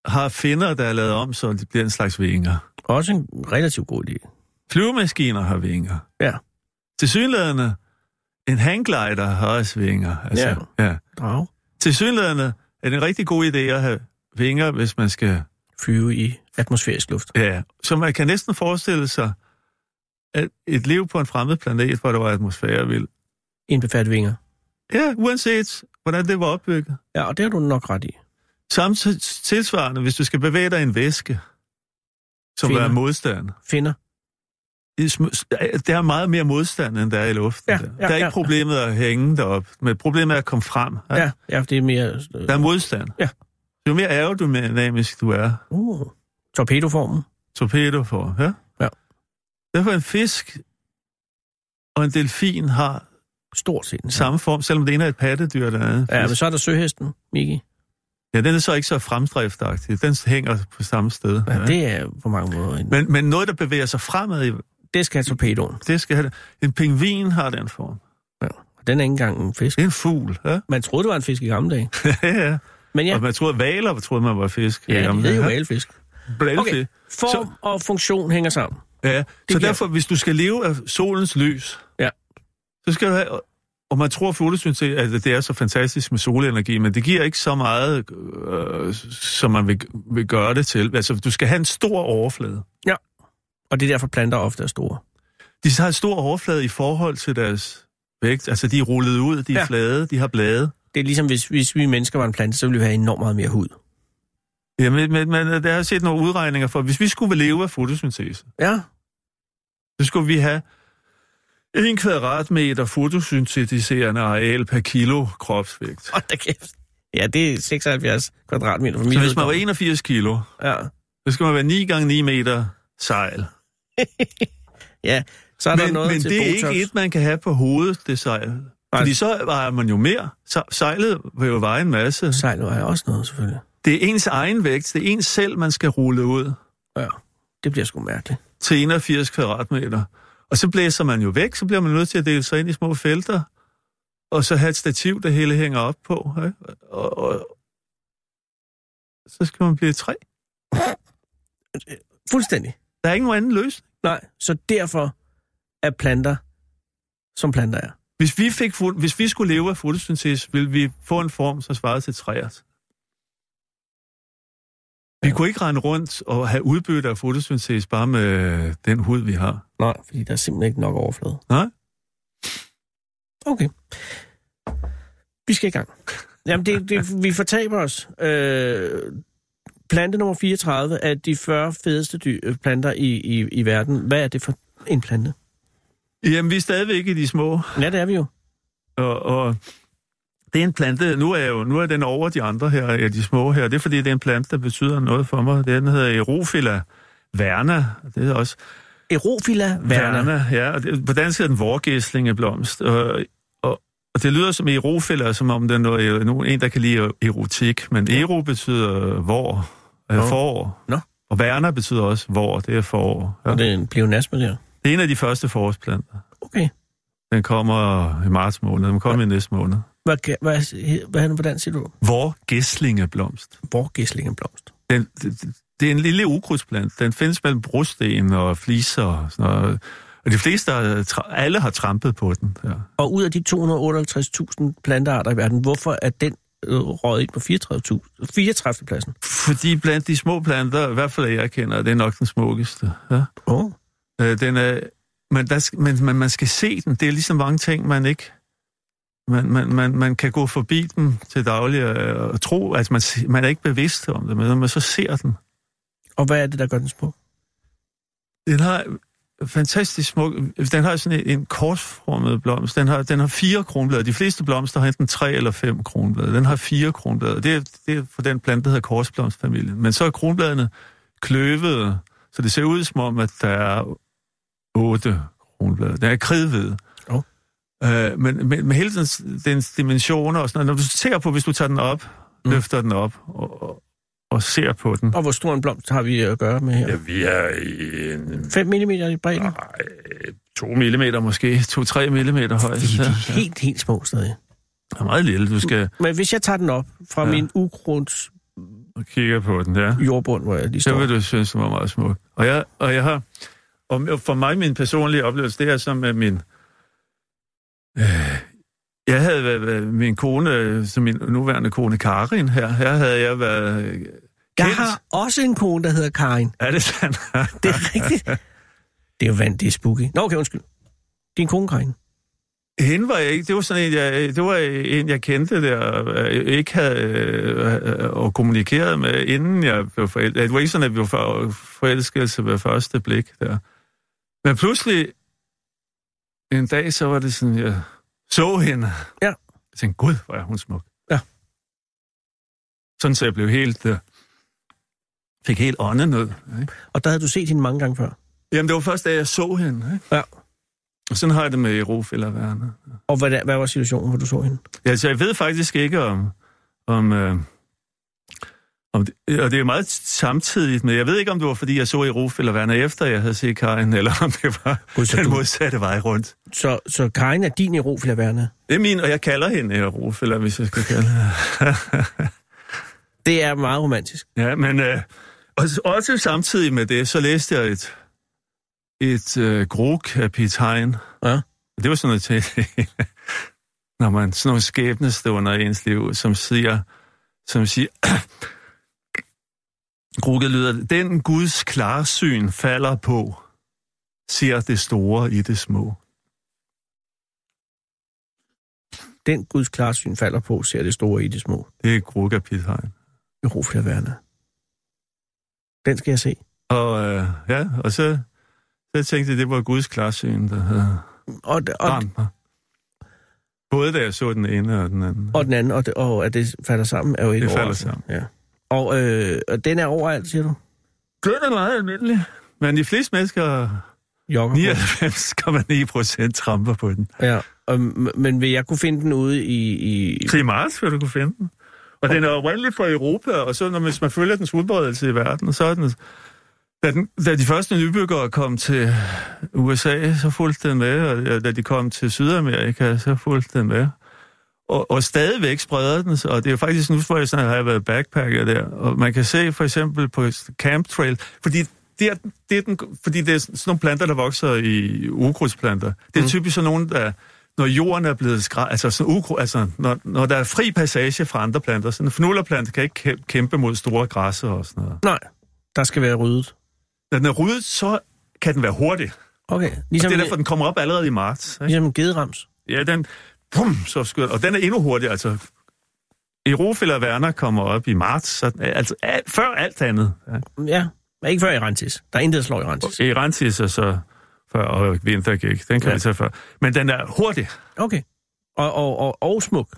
S3: har finner, der er lavet om, så de bliver en slags vinger.
S2: Også en relativt god idé.
S3: Flyvemaskiner har vinger.
S2: Ja.
S3: Til synlædende, en hangglider har også vinger. Altså, ja. ja.
S2: Drage.
S3: Til synlædende er det en rigtig god idé at have vinger, hvis man skal...
S2: Flyve i atmosfærisk luft.
S3: Ja, så man kan næsten forestille sig, at et liv på en fremmed planet, hvor der var atmosfære, vil...
S2: Indbefattet vinger.
S3: Ja, uanset hvordan det var opbygget.
S2: Ja, og det har du nok ret i.
S3: Samtidig tilsvarende, hvis du skal bevæge dig i en væske, som
S2: Finder.
S3: er modstand.
S2: Finder.
S3: i sm- der er meget mere modstand, end der er i luften.
S2: Ja,
S3: der.
S2: ja,
S3: der er ikke
S2: ja.
S3: problemet at hænge derop, men problemet er at komme frem.
S2: Ja, ja, ja det er mere... Øh,
S3: Der er modstand.
S2: Ja.
S3: Jo mere aerodynamisk du er,
S2: uh, torpedoformen.
S3: torpedo for, ja?
S2: Ja.
S3: Derfor en fisk og en delfin har
S2: Stort set. den samme.
S3: samme form, selvom det ene er et pattedyr, der er en
S2: Ja, men
S3: fisk.
S2: så er der søhesten, Miki.
S3: ja, den er så ikke så fremdriftagtig. Den hænger på samme sted.
S2: Ja, det er på mange måder en... Men,
S3: Men, men noget, der bevæger sig fremad, i-
S2: det skal have torpedoen.
S3: det skal have det. En pingvin har den form.
S2: Ja. Den er ikke engang en fisk.
S3: Det er en fugl, ja?
S2: Man troede, det var en fisk i gamle dage.
S3: ja.
S2: Men ja,
S3: Og man troede, valer troede, man var fisk.
S2: ja
S3: Jamen,
S2: det er jo
S3: ja.
S2: valfisk.
S3: Blandet
S2: Okay,
S3: det.
S2: form og funktion hænger sammen.
S3: Ja, så
S2: giver-
S3: derfor, hvis du skal leve af solens lys,
S2: Ja.
S3: så skal du have Og man tror fotosyntese, at det er så fantastisk med solenergi, men det giver ikke så meget, øh, som man vil, vil gøre det til. Altså, du skal have en stor overflade.
S2: Og det er derfor, planter ofte er store.
S3: De har en stor overflade i forhold til deres vægt. Altså, de er rullet ud, de er
S2: Ja.
S3: ja. flade, de har blade.
S2: Det er ligesom, hvis, hvis vi mennesker var en plante, så ville vi have enormt meget mere hud.
S3: Ja, men, men, men der er set nogle udregninger for, hvis vi skulle leve af fotosyntese,
S2: Ja,
S3: så skulle vi have 1 kvadratmeter fotosyntetiserende areal per kilo kropsvægt.
S2: hold da kæft. Ja, det er 76 kvadratmeter for mit
S3: Så hvis man var
S2: vedkommende.
S3: 81 kilo,
S2: Ja.
S3: så skal man være 9 gange 9 meter sejl.
S2: ja, så er der
S3: Men,
S2: noget
S3: men
S2: til
S3: det er
S2: Botox.
S3: ikke et, man kan have på hovedet, det sejl. Fordi så vejer man jo mere. Så sejlet vil jo veje en masse.
S2: Sejl var jeg også noget, selvfølgelig.
S3: Det er ens egen vægt. Det er ens selv, man skal rulle ud
S2: Ja, det bliver sgu mærkeligt.
S3: til 81 kvadratmeter. Og så blæser man jo væk, så bliver man nødt til at dele sig ind i små felter, og så have et stativ, der hele hænger op på. Ikke? Og, og, så skal man blive tre.
S2: Fuldstændig.
S3: Der er ingen anden løsning.
S2: Nej, så derfor er planter, som planter er.
S3: Hvis vi, fik, fo- hvis vi skulle leve af fotosyntese, ville vi få en form, som svarede til træer. Vi kunne ikke rende rundt og have udbytte af fotosyntese bare med den hud, vi har.
S2: Nej, fordi der er simpelthen ikke nok overflade.
S3: Nej.
S2: Okay. Vi skal i gang. Jamen, det, det, vi fortaber os. Øh, plante nummer 34 er de 40 fedeste dy- øh, planter i, i, i verden. Hvad er det for en plante?
S3: Jamen, vi er stadigvæk i de små,
S2: Ja, det er vi jo.
S3: og, og det er en plante, nu er, jeg jo, nu er den over de andre her, ja, de små her, det er fordi, det er en plante, der betyder noget for mig. Den hedder Erophila verna, det er også
S2: Erofila verna.
S3: Verna, ja. Og det, på dansk hedder den vorgæslingeblomst. Og, og, og det lyder som erofiller, som om den er noget, øh, nogen, en, der kan lide e- erotik. Men ero betyder vor, øh,
S2: Nå.
S3: forår.
S2: Nå.
S3: Og verner betyder også vor, det er forår. Ja.
S2: Og
S3: Det...
S2: det er en pleonasme der.
S3: det er en af de første forårsplanter.
S2: Okay.
S3: Den kommer i marts måned, den kommer i næste måned.
S2: Hvad, kan- hvad, hvad, hvad er den på dansk, siger du?
S3: Vorgæslingeblomst.
S2: Vorgæslingeblomst.
S3: Den, det, det er en lille ukrudtsplante. Den findes mellem brosten og fliser og sådan noget. Og de fleste, har, tra- alle har trampet på den. Ja.
S2: Og ud af de 258.000 plantearter i verden, hvorfor er den øh, røget ind på 34.000 34. pladsen?
S3: Fordi blandt de små planter, i hvert fald jeg kender, det er nok den smukkeste. Ja.
S2: Åh. Oh.
S3: Øh, den er, men, der, sk- men, men man skal se den. Det er ligesom mange ting, man ikke... Man, man, man, man kan gå forbi den til daglig og, og tro, at altså man, se- man er ikke bevidst om det, men når man så ser den.
S2: Og hvad er det, der gør den smuk?
S3: Den har fantastisk smuk... Den har sådan en, en korsformet blomst. Den har, den har fire kronblade. De fleste blomster har enten tre eller fem kronblade. Den har fire kronblade. Det er, det er for den plante, der hedder korsblomstfamilien. Men så er kronbladene kløvede, så det ser ud som om, at der er otte kronblade. Den er kridhvid.
S2: Åh.
S3: Øh, men, men, men hele dens, dens dimensioner og sådan noget, når du ser på, hvis du tager den op,
S2: Mm.
S3: mm. løfter den op og, og, og ser på den.
S2: Og hvor stor en blomst har vi øh, at gøre med her?
S3: Ja, vi er i en
S2: 5 mm i bredden?
S3: Nej, 2 mm måske. 2-3 mm høj.
S2: De, de
S3: Ja.
S2: er helt, helt små stadig.
S3: Det er meget lille, du skal
S2: Men hvis jeg tager den op fra ja.
S3: Ja.
S2: min ukrunds
S3: kigge på den der.
S2: jordbund, hvor jeg lige
S3: Så
S2: står,
S3: vil du synes, den var meget smuk. Og jeg, og jeg har... Og for mig, min personlige oplevelse, det er som med min... Øh, jeg havde været- været, min kone, øh, som min nuværende kone Karin her, her havde jeg været øh, kendt.
S2: jeg har også en kone, der hedder Karin.
S3: Er det sandt?
S2: Det er rigtigt. det er jo vand, det er spooky. Nå, okay, undskyld. Din kone, Karin.
S3: Hende var jeg ikke. Det var sådan en, jeg, det var en, jeg kendte der, øh, ikke havde øh, øh, og kommunikeret med, inden jeg blev forelsket. Det var ikke sådan, at vi var for- forelskelse ved første blik der. Men pludselig, en dag, så var det sådan, jeg så hende.
S2: Ja.
S3: Jeg tænkte, gud, hvor er hun smuk.
S2: Ja.
S3: Sådan, så jeg blev helt, øh, fik helt åndenød. Ikke?
S2: Og der havde du set hende mange gange før.
S3: Jamen, det var først, da jeg så hende. Ikke?
S2: Ja.
S3: Og sådan har jeg det med Erof eller Werner.
S2: Og hvad, der- hvad var situationen, hvor du så hende?
S3: Ja, så Altså, jeg ved faktisk ikke om... om, øh, om det, og det er meget samtidigt, men jeg ved ikke, om det var, fordi jeg så i Ruf eller Werner efter, jeg havde set Karin, eller om det var
S2: Gud, så
S3: den
S2: du-
S3: modsatte vej rundt.
S2: Så, så Karin er din erofila værne.
S3: Det er min, og jeg kalder hende øh, Ruf, eller hvis jeg skal kalde hende.
S2: Det er meget romantisk.
S3: ja, men øh, og, s- også samtidig med det, så læste jeg et, et øh, grok af Pete Hein.
S2: Ja.
S3: Det var sådan noget til... når man sådan nogle skæbnestunder i ens liv, som siger, som siger, Grugge lyder, det. den Guds klarsyn falder på, ser det store i det små.
S2: Den Guds klarsyn falder på, ser det store i det små.
S3: Det er Grugge Pithegn.
S2: I ro flere værne. Den skal jeg se.
S3: Og øh, ja, og så, så tænkte jeg, det var Guds klarsyn, der havde
S2: Og, og,
S3: ramt mig. Både da jeg så den ene og den anden.
S2: og den anden, og, det, og at det falder sammen, er jo ikke
S3: Det falder
S2: overraskende.
S3: sammen.
S2: Ja. Og, øh, og den er overalt, siger du?
S3: Den er meget almindelig. Men de fleste mennesker,
S2: Jogger på.
S3: 99,9 procent, tramper på den.
S2: Ja, og, m- men vil jeg kunne finde den ude i... i...
S3: Til marts vil du kunne finde den. Og den er oprindelig fra Europa, og så når, hvis man følger dens udbredelse i verden, så er den... Da, den, da de første nybyggere kom til USA, så fulgte den med, og øh, da de kom til Sydamerika, så fulgte den med. Og, og stadigvæk spreder den sig, og det er jo faktisk nu, hvor jeg snart har jeg været backpacker der, og man kan se for eksempel på Camp Trail, fordi det er, det er den, fordi det er sådan nogle planter, der vokser i ukrudtsplanter. Det er mm. typisk sådan nogle, der, når jorden er blevet skræ, altså, sådan ukru, altså når, når der er fri passage fra andre planter, sådan en fnullerplante kan ikke kæm- kæmpe mod store græsser og sådan noget.
S2: Nej, der skal være ryddet.
S3: Når den er ryddet, så kan den være hurtig.
S2: Okay,
S3: Som
S2: ligesom,
S3: det er derfor, den kommer op allerede i marts. Ikke?
S2: ligesom en gederams.
S3: Ja, den... Pum, så skyder, og den er endnu hurtigere, altså... Erofil og Werner kommer op i marts, så, altså al, før alt andet. Ja.
S2: Ja, men ikke før i Rentis. Der er intet, der slår i Rentis.
S3: Erantis er så før, og vintergæk, den kan
S2: Ja.
S3: ja. vi tage før. Men den er hurtig,
S2: Okay. Og, og, og, og smuk.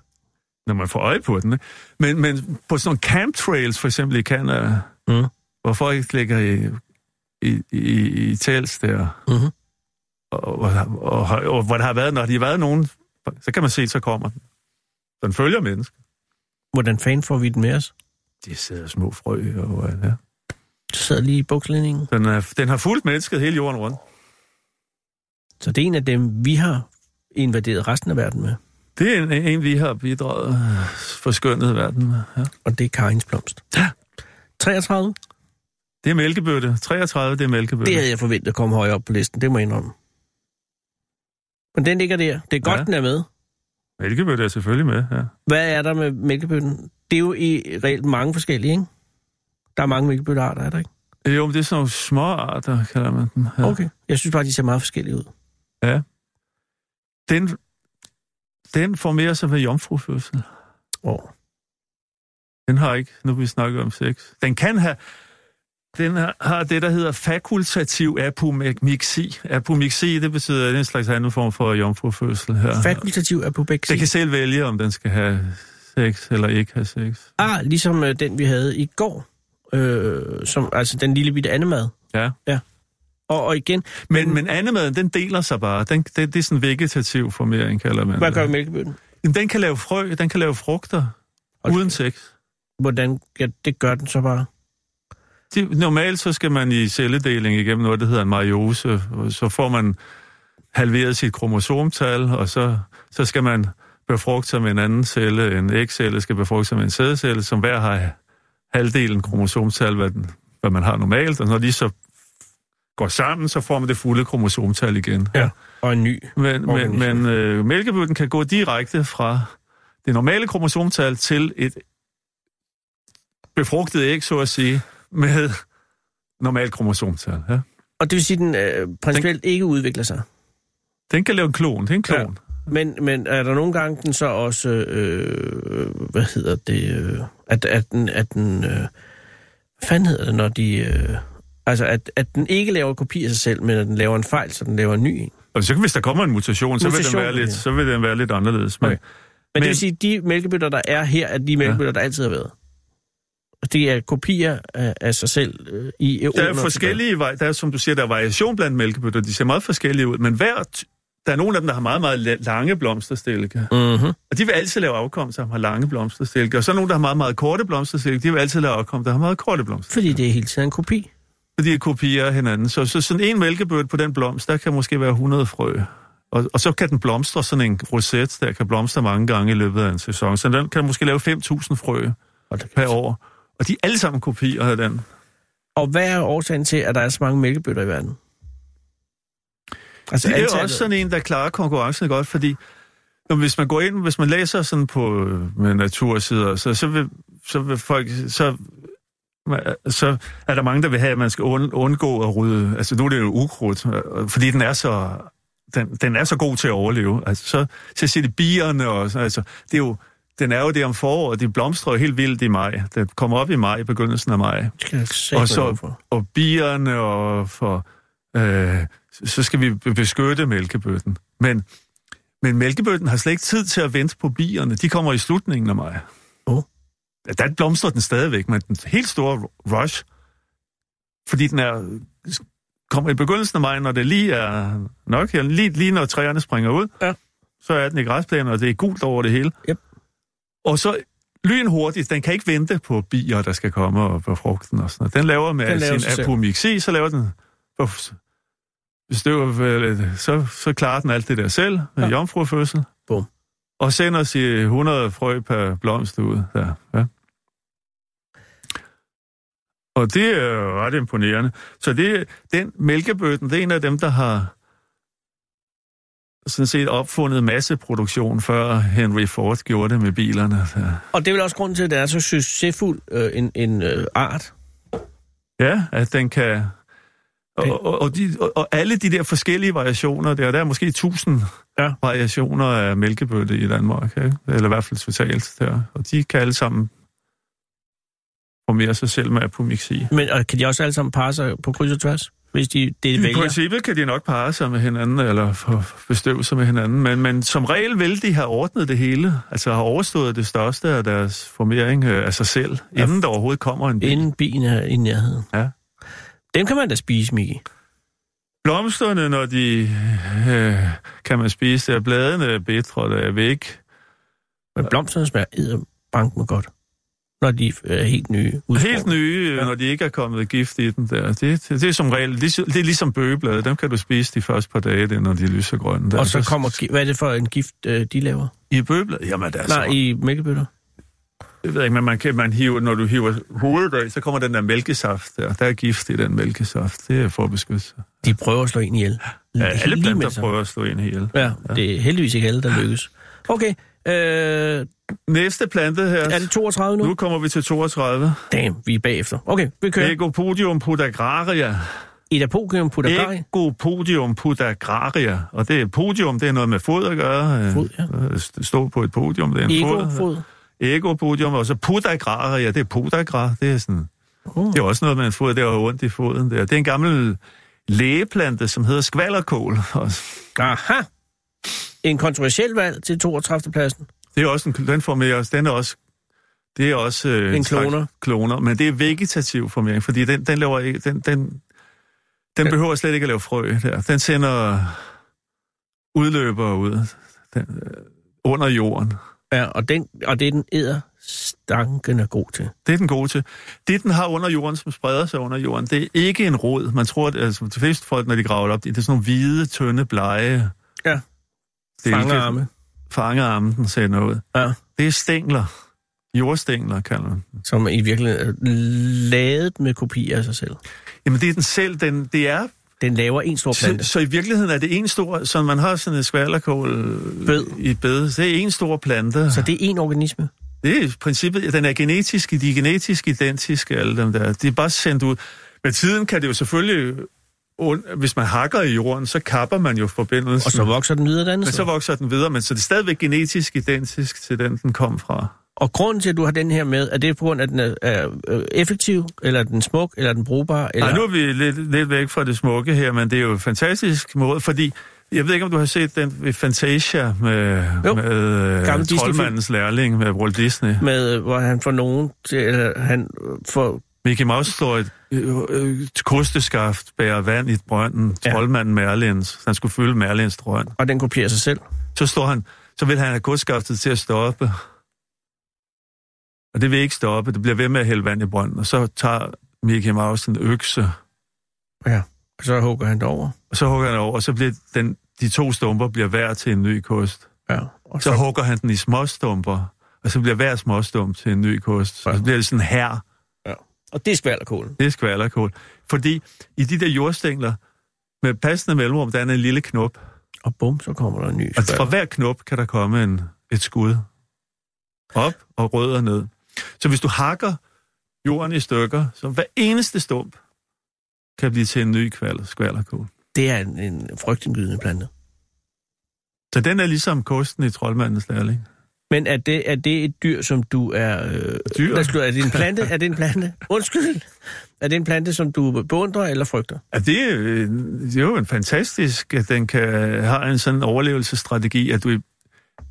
S3: når man får øje på den. Ikke? Men, men på sådan nogle camp trails, for eksempel i Canada,
S2: Mm.
S3: hvor folk ligger i, i, i, i tels der,
S2: Mhm.
S3: og, og, og, og, og, hvor der har været, når de har været nogen, så kan man se, så kommer den. Den følger mennesker.
S2: Hvordan fanden får vi den med os?
S3: De sidder små frø og ja.
S2: Du sidder lige i bukslændingen.
S3: Den, er, den har fulgt mennesket hele jorden rundt.
S2: Så det er en af dem, vi har invaderet resten af verden med.
S3: Det er en, en vi har bidraget øh, for skønnet verden med. Ja.
S2: Og det er Karins blomst.
S3: Ja.
S2: 33.
S3: Det er mælkebøtte. 33, det er mælkebøtte.
S2: Det havde jeg forventet kom højere op på listen, det må jeg indrømme. Men den ligger der. Det er godt, ja.
S3: Ja.
S2: den er med.
S3: Mælkebøtte er selvfølgelig med, ja.
S2: Hvad er der med mælkebøtten? Det er jo i reelt mange forskellige, ikke? Der er mange mælkebøttearter, er der ikke?
S3: Jo, men det er sådan nogle små arter, kalder man dem. Ja.
S2: Ja. Okay. Jeg synes bare, de ser meget forskellige ud.
S3: Den, den formerer sig ved jomfrufødsel.
S2: Oh.
S3: Den har ikke, nu vi snakker om sex. Den kan have, den har- har det, der hedder fakultativ apomixi. Apomixi, det betyder det er en slags anden form for jomfrufødsel her.
S2: Fakultativ apopexi.
S3: Den kan selv vælge, om den skal have sex eller ikke have sex.
S2: Ah, ligesom øh, den, vi havde i går. Øh, som, altså den lille bitte andemad.
S3: Ja.
S2: Og, og igen,
S3: Men, men andemaden, den deler sig bare. Den, det, det er sådan en vegetativ formering, kalder man
S2: hvad gør
S3: det.
S2: mælkebøtten?
S3: Jamen, den kan lave frø, den kan lave frugter,
S2: Hold
S3: Hold uden
S2: da.
S3: sex.
S2: Hvordan ja, det gør den så bare?
S3: De, normalt så skal man i celledeling igennem noget, der hedder en mariose. og Så får man halveret sit kromosomtal, og så, så skal man befrugte sig med en anden celle. En ægcelle skal befrugte sig med en sædcelle, som hver har halvdelen kromosomtal, hvad, den, hvad man har normalt. Og når de så går sammen, så får man det fulde kromosomtal igen.
S2: Ja. Og en ny.
S3: Men, men,
S2: Organisme.
S3: men øh, mælkebøtten kan gå direkte fra det normale kromosomtal til et befrugtet æg, så at sige, med normalt kromosomtal. Ja.
S2: Og det vil sige, at den øh, principielt den... ikke udvikler sig.
S3: Den kan lave en klon, det er en klon.
S2: Men, men er der nogle gange, den så også, øh, hvad hedder det, øh, at, at den, at den øh, hvad fanden hedder det, når de, øh, altså at, at den ikke laver kopi af sig selv, men at den laver en fejl, så den laver en ny en. Men,
S3: Og så kan- hvis der kommer en mutation, så,
S2: Mutation,
S3: vil, den være lidt,
S2: ja.
S3: så vil den være lidt anderledes. Men,
S2: Okay.
S3: okay.
S2: men det
S3: Men-
S2: vil sige, at de mælkebøtter, der er her, er de mælkebøtter, der altid har været. Og det er kopier af, af sig selv øh, i eoner.
S3: Der er
S2: tilbage.
S3: forskellige, vej- der er, som du siger, der er variation blandt mælkebøtter. De ser meget forskellige ud, men hver, t- der er nogle af dem, der har meget, meget la- lange blomsterstilke.
S2: Mhm.
S3: Og de vil altid lave afkom, som har lange blomsterstilke. Og så er nogen, der har meget, meget korte blomsterstilke, de vil altid lave afkom, der har meget korte blomster.
S2: Fordi det er hele tiden en kopi.
S3: Fordi de kopierer hinanden. Så, så sådan en mælkebøtte på den blomst, der kan måske være 100 frø. Og, og så kan den blomstre sådan en roset, der kan blomstre mange gange i løbet af en sæson. Så den kan måske lave 5.000 frø
S2: Hold da kæft.
S3: per år. Og de er alle sammen kopier af den.
S2: Og hvad er årsagen til, at der er så mange mælkebøtter i verden? Altså
S3: Det er
S2: antallet.
S3: jo også sådan en, der klarer konkurrencen godt, fordi Nå, hvis man går ind, hvis man læser sådan på øh, med natursider, så, så, vil, så vil folk, så, så er der mange, der vil have, at man skal und- undgå at rydde, altså nu er det jo ukrudt, øh, fordi den er så, den, den er så god til at overleve. Altså, så, så siger de bierne, og, sådan, altså, det er jo, den er jo det om foråret, de blomstrer jo helt vildt i maj. Den kommer op i maj, i begyndelsen af maj.
S2: Det skal jeg satme
S3: Og,
S2: love
S3: så,
S2: for.
S3: og bierne, og for, øh, så skal vi be- beskytte mælkebøtten. Men, men mælkebøtten har slet ikke tid til at vente på bierne. De kommer i slutningen af maj.
S2: Åh.
S3: Ja, Der blomstrer den stadigvæk, men den helt store rush, fordi den er, kommer i begyndelsen af maj, når det lige er nok, her, lige, lige når træerne springer ud,
S2: Ja.
S3: så er den i græsplænen, og det er gult over det hele.
S2: Yep.
S3: Og så lynhurtigt, den kan ikke vente på bier, der skal komme og på frugten og sådan noget. Den laver med
S2: Den
S3: den
S2: laver
S3: laver
S2: sig
S3: sin
S2: selv.
S3: apomixi, så laver den... Uff, Støv, øh, så, så klarer den alt det der selv, med
S2: Ja.
S3: ja. jomfrufødsel.
S2: Bum.
S3: Og sender sig 100 frø per blomst ud. Der, ja. Og det er jo ret imponerende. Så det, den mælkebøtten, det er en af dem, der har sådan set opfundet masseproduktion, før Henry Ford gjorde det med bilerne. Så.
S2: Og det er vel også grunden til, at det er så succesfuld øh, en, en øh, art.
S3: Ja, at den kan... Og, og, og, de, og, og alle de der forskellige variationer der, der er måske tusind
S2: Ja.
S3: ja. variationer af mælkebøtte i Danmark, ikke? eller i hvert fald totalt der, og de kan alle sammen formere sig selv med apomixi.
S2: Men og kan de også alle sammen parre sig på kryds og tværs, hvis de det
S3: I
S2: vælger?
S3: princippet kan de nok parre sig med hinanden, eller f- bestøve sig med hinanden, men, men som regel vil de have ordnet det hele, altså har overstået det største af deres formering øh, af sig selv,
S2: Ja.
S3: ja. inden der overhovedet kommer en
S2: Inden bien er i nærheden.
S3: Ja.
S2: Dem kan man da spise, Miki.
S3: Blomsterne, når de øh, kan man spise der, bladene er bedre, der er væk.
S2: Men blomsterne smager edderbank med godt, når de øh, er helt nye. udsprunget.
S3: Helt nye, øh, når de ikke er kommet gift i den der. Det, det er som regel, det, det er ligesom bøgeblade, dem kan du spise de første par dage, det, er, når de lyser grønne. Der.
S2: Og så kommer, gi- hvad er det for en gift, øh, de laver?
S3: I bøgeblade? Jamen, altså, der er
S2: Nej,
S3: så...
S2: i mælkebøtter.
S3: Jeg ved ikke, men man kan, man hiver, når du hiver hovedet af, så kommer den der mælkesaft der. Der er gift i den mælkesaft. Det er for at beskytte sig.
S2: De prøver at slå en ihjel.
S3: Ja,
S2: Lige
S3: alle
S2: med
S3: planter
S2: sig.
S3: prøver at slå en ihjel.
S2: Ja, det er heldigvis ikke alle, der lykkes. Okay, øh,
S3: Næste plante her.
S2: er det 32 nu?
S3: Nu kommer vi til 32.
S2: Damn, vi er bagefter. Okay, vi kører.
S3: Egopodium podagraria.
S2: Edapodium pudakari.
S3: Ecopodium podagraria. Og det er podium, det er noget med fod at gøre.
S2: Fod, ja.
S3: Øh, st- Stå på et podium, det er en fod.
S2: Egofod.
S3: Egopodium, og så podagraria, det er podagra, det er sådan...
S2: Oh.
S3: Det er også noget med en fod, der er ondt i foden der. Det er en gammel lægeplante, som hedder skvallerkål. Og
S2: Aha. En kontroversiel valg til 32. pladsen.
S3: Det er også en, den formerer også, den er også, det er også øh,
S2: En
S3: slags
S2: kloner.
S3: kloner, men det er vegetativ formering, fordi den, den laver ikke, den, den, den
S2: Den-
S3: behøver slet ikke at lave frø der. Den sender udløbere ud den, øh, under jorden.
S2: Ja, og, den, og det er den æder stankende god til.
S3: Det er den gode til. Det, den har under jorden, som spreder sig under jorden, det er ikke en rod. Man tror, at altså, de fleste folk, når de graver det op, det er sådan nogle hvide, tynde, blege...
S2: Ja.
S3: dele-
S2: Fangerarme.
S3: Fangerarme, den sender ud.
S2: Ja.
S3: Det er stængler. Jordstængler, kalder man
S2: Som i virkeligheden er ladet med kopier af sig selv.
S3: Jamen, det er den selv. Den, det er
S2: Den laver en stor
S3: Så,
S2: plante.
S3: så i virkeligheden er det en stor, så man har sådan et skvallerkål
S2: Bed.
S3: i et bed. Det er en stor plante.
S2: Så
S3: Så...
S2: det er en organisme.
S3: Det er i princippet, den er genetisk, de er genetisk identiske, alle dem der. De er bare sendt ud. Med tiden kan det jo selvfølgelig, und- hvis man hakker i jorden, så kapper man jo forbindelsen.
S2: Og så vokser den videre et andet
S3: men så
S2: sted.
S3: vokser den videre, men så det er stadigvæk genetisk identisk til den, den kom fra.
S2: Og grunden til, at du har den her med, er det på grund af, at den er, er øh, effektiv, eller er den smuk, eller er den brugbar? Eller...
S3: Eller... Ej, nu er vi lidt, lidt væk fra det smukke her, men det er jo en fantastisk måde, fordi jeg ved ikke, om du har set den ved Fantasia med,
S2: Jo.
S3: med
S2: Gammel
S3: uh,
S2: Disney-film.
S3: Troldmandens lærling med Walt Disney.
S2: Med, øh, hvor han får nogen til, eller han øh, får...
S3: Mickey Mouse slår et øh, øh, kosteskaft, bærer vand i brønden,
S2: Ja.
S3: ja. troldmanden Merlins, han skulle fylde Merlins drøn.
S2: Og den kopierer sig selv.
S3: Så står han, så vil han have kosteskaftet til at stoppe. Og det vil ikke stoppe, det bliver ved med at hælde vand i brønden, og så tager Mickey Mouse en økse,
S2: Ja. Og så hugger han det over.
S3: og så hugger han over, og så bliver den, de to stumper bliver hver til en ny kost.
S2: Ja. Og
S3: Så hugger han den i småstumper, og så bliver hver småstump til en ny kost. Og
S2: Ja.
S3: så bliver det sådan her,
S2: Og det er skvalderkålen.
S3: det er skvallerkål. Fordi i de der jordstængler, med passende mellemrum, der er en lille knop.
S2: Og bum, så kommer der en ny
S3: Og fra
S2: spørger.
S3: hver knop kan der komme en, et skud op og rødder ned. Så hvis du hakker jorden i stykker, så hver eneste stump kan blive til en ny kval, skvallerkål.
S2: Det er en, en frygtindgydende plante.
S3: Så den er ligesom kosten i troldmandens lærling.
S2: Men er det, er det et dyr, som du er... Øh,
S3: Dyr?
S2: Lad os, slå- er det en plante? Er det en plante? Undskyld. Er det en plante, som du beundrer eller frygter?
S3: Ja, det, er, øh, det er jo en fantastisk, at den kan have en sådan overlevelsesstrategi, at du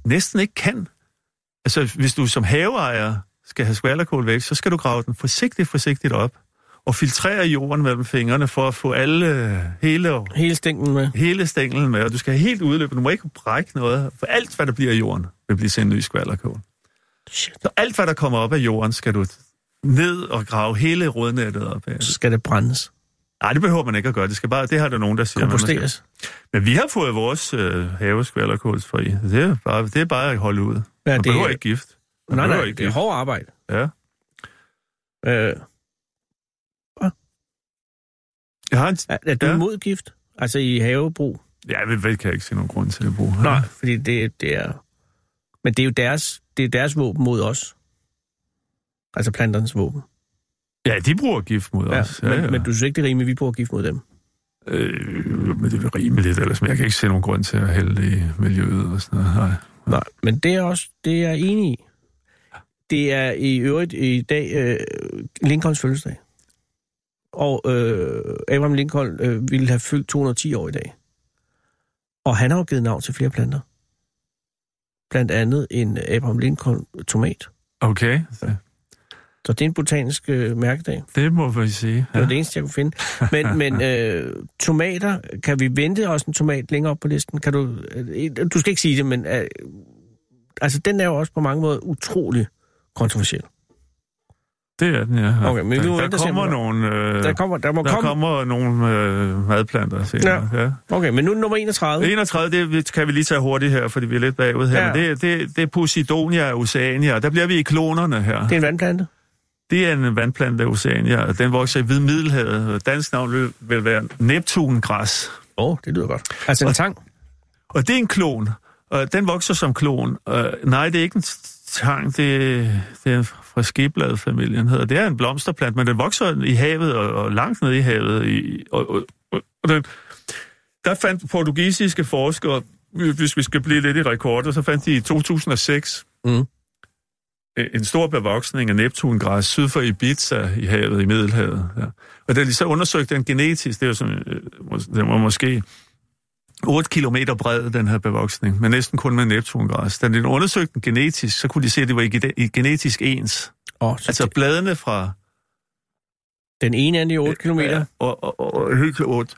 S3: næsten ikke kan. Altså, hvis du som haveejer skal have skvallerkål væk, så skal du grave den forsigtigt, forsigtigt op og filtrere jorden mellem fingrene for at få alle, hele,
S2: Hele stænken med.
S3: hele stænglen med, og du skal have helt udløbe. Du må ikke brække noget, for alt, hvad der bliver i jorden, vil blive til en ny skvallerkål.
S2: Shit.
S3: Så alt, hvad der kommer op af jorden, skal du ned og grave hele rodnettet op af.
S2: Så skal det brændes.
S3: Nej, det behøver man ikke at gøre. Det, skal bare, det har der nogen, der siger. man måske-
S2: Komposteres.
S3: Men vi har fået vores øh, haveskvallerkålsfri. Det er, bare, det er bare at holde ud. Man
S2: Ja,
S3: det... behøver ikke gift. Man
S2: nej,
S3: behøver
S2: nej,
S3: ikke
S2: det er
S3: gift.
S2: hårdt arbejde.
S3: Ja.
S2: Øh,
S3: Jeg har en...
S2: er, er du
S3: Ja.
S2: ja. imod gift? Altså i havebrug?
S3: Ja, ved, ved, kan jeg ikke se nogen grund til at bruge.
S2: Nej, fordi det, det er... Men det er jo deres, det er deres våben mod os. Altså planternes våben.
S3: Ja, de bruger gift mod os. Ja,
S2: men,
S3: ja.
S2: men du synes ikke, det er rimeligt, at vi bruger gift mod dem?
S3: Øh, men det er vel rimeligt, ellers. Men jeg kan ikke se nogen grund til at hælde det i miljøet og sådan noget. Nej.
S2: Nej, men det er også det er jeg enig i. Det er i øvrigt i dag øh, Lincolns fødselsdag. Og øh, Abraham Lincoln øh, ville have fyldt 210 år i dag. Og han har jo givet navn til flere planter. Blandt andet en Abraham Lincoln tomat.
S3: Okay, så
S2: Så det er en botanisk øh, mærkedag.
S3: det må vi sige.
S2: Det var det eneste, jeg kunne finde. Men, men øh, tomater, kan vi vente også en tomat længere op på listen? Kan du, øh, du skal ikke sige det, men øh, altså, den er jo også på mange måder utrolig kontroversiel.
S3: Det er den, ja.
S2: Okay, men vi må
S3: der,
S2: vente
S3: der
S2: og se,
S3: kommer
S2: om-
S3: nogle, øh,
S2: Der kommer, der må
S3: der
S2: komme.
S3: kommer nogle øh, madplanter senere. Ja. ja.
S2: Okay, men nu er den nummer 31.
S3: 31, det kan vi lige tage hurtigt her, fordi vi er lidt bagud her.
S2: Ja.
S3: Ja. Men det, det, det er Posidonia og Oceania. Der bliver vi i klonerne her.
S2: Det er
S3: Det,
S2: en vandplante.
S3: det er en vandplante af Oceania, og den vokser i Hvid Middelhavet. Dansk navn vil, vil være Neptungræs.
S2: Åh, oh, det lyder godt. Altså en tang.
S3: Og det er en klon. Og den vokser som klon. Og nej, det er ikke en tang, det, det er fra skibladfamilien hedder. Det er en blomsterplant, men den vokser i havet og, og langt ned i havet. I, og, og, og, og den, der fandt portugisiske forskere, hvis vi skal blive lidt i rekorder, så fandt de i 2006
S2: Mm.
S3: en stor bevoksning af neptungræs syd for Ibiza i havet, i Middelhavet. Ja. Og da de så undersøgte den genetisk, det var, sådan, øh, mås- den var måske 8 km bred, den her bevoksning, men næsten kun med neptungræs. Da de undersøgte den genetisk, så kunne de se, at det var i gene- i genetisk ens.
S2: Oh, så
S3: Altså
S2: altså,
S3: bladene fra
S2: den ene er i 8 km.
S3: Øh, Ja, og, og, og, og helt til otte.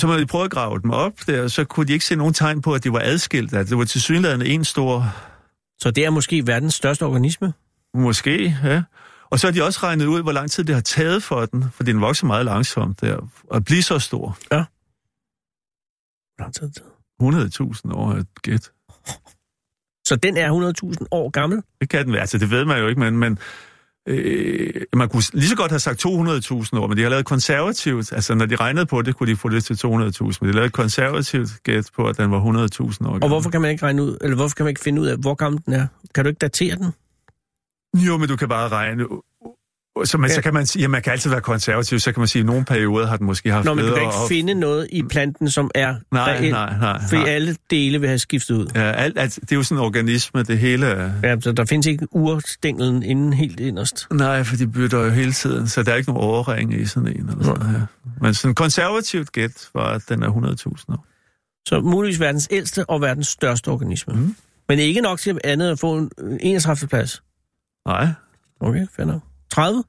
S3: Så når de prøvede at grave dem op der, så kunne de ikke se nogen tegn på, at de var adskilt. At det var til synligheden en stor
S2: Så det er måske verdens største organisme.
S3: måske, ja. Og så har de også regnet ud, hvor lang tid det har taget for den, for den vokser meget langsomt der, at blive så stor.
S2: Hvor lang tid er det?
S3: 100.000 år er et gæt.
S2: Så den er 100.000 år gammel.
S3: Det kan den være. Altså, det ved man jo ikke, men, men øh, man kunne lige så godt have sagt 200.000 år, men de har lavet konservativt. Altså, når de regnede på det, kunne de få det til 200.000, men de lavede et konservativt gæt på, at den var 100.000 år gammel.
S2: Og hvorfor kan man ikke regne ud, eller hvorfor kan man ikke finde ud af, hvor gammel den er? Kan du ikke datere den?
S3: Jo, men du kan bare regne. Så, men,
S2: Ja.
S3: ja. så kan man sige, ja, man kan altid være konservativ, så kan man sige, at nogle perioder har den måske haft
S2: Nå, men du
S3: bedre
S2: kan ikke
S3: op-
S2: finde noget i planten, som er
S3: Nej,
S2: reelt,
S3: nej, nej.
S2: fordi
S3: nej.
S2: alle dele vil have skiftet ud.
S3: Ja, alt, alt, det er jo sådan en organisme, det hele. er-
S2: Ja, så der findes ikke urstænglen inden helt inderst.
S3: Nej, for de bytter jo hele tiden, så der er ikke nogen overring i sådan en. Eller sådan, ja. Men sådan konservativt gæt var, at den er 100.000 år.
S2: Så muligvis verdens ældste og verdens største organisme. Mm.
S3: Mm.
S2: Men ikke nok til andet at få en en 31. plads.
S3: Nej.
S2: Okay, fair nok. 30?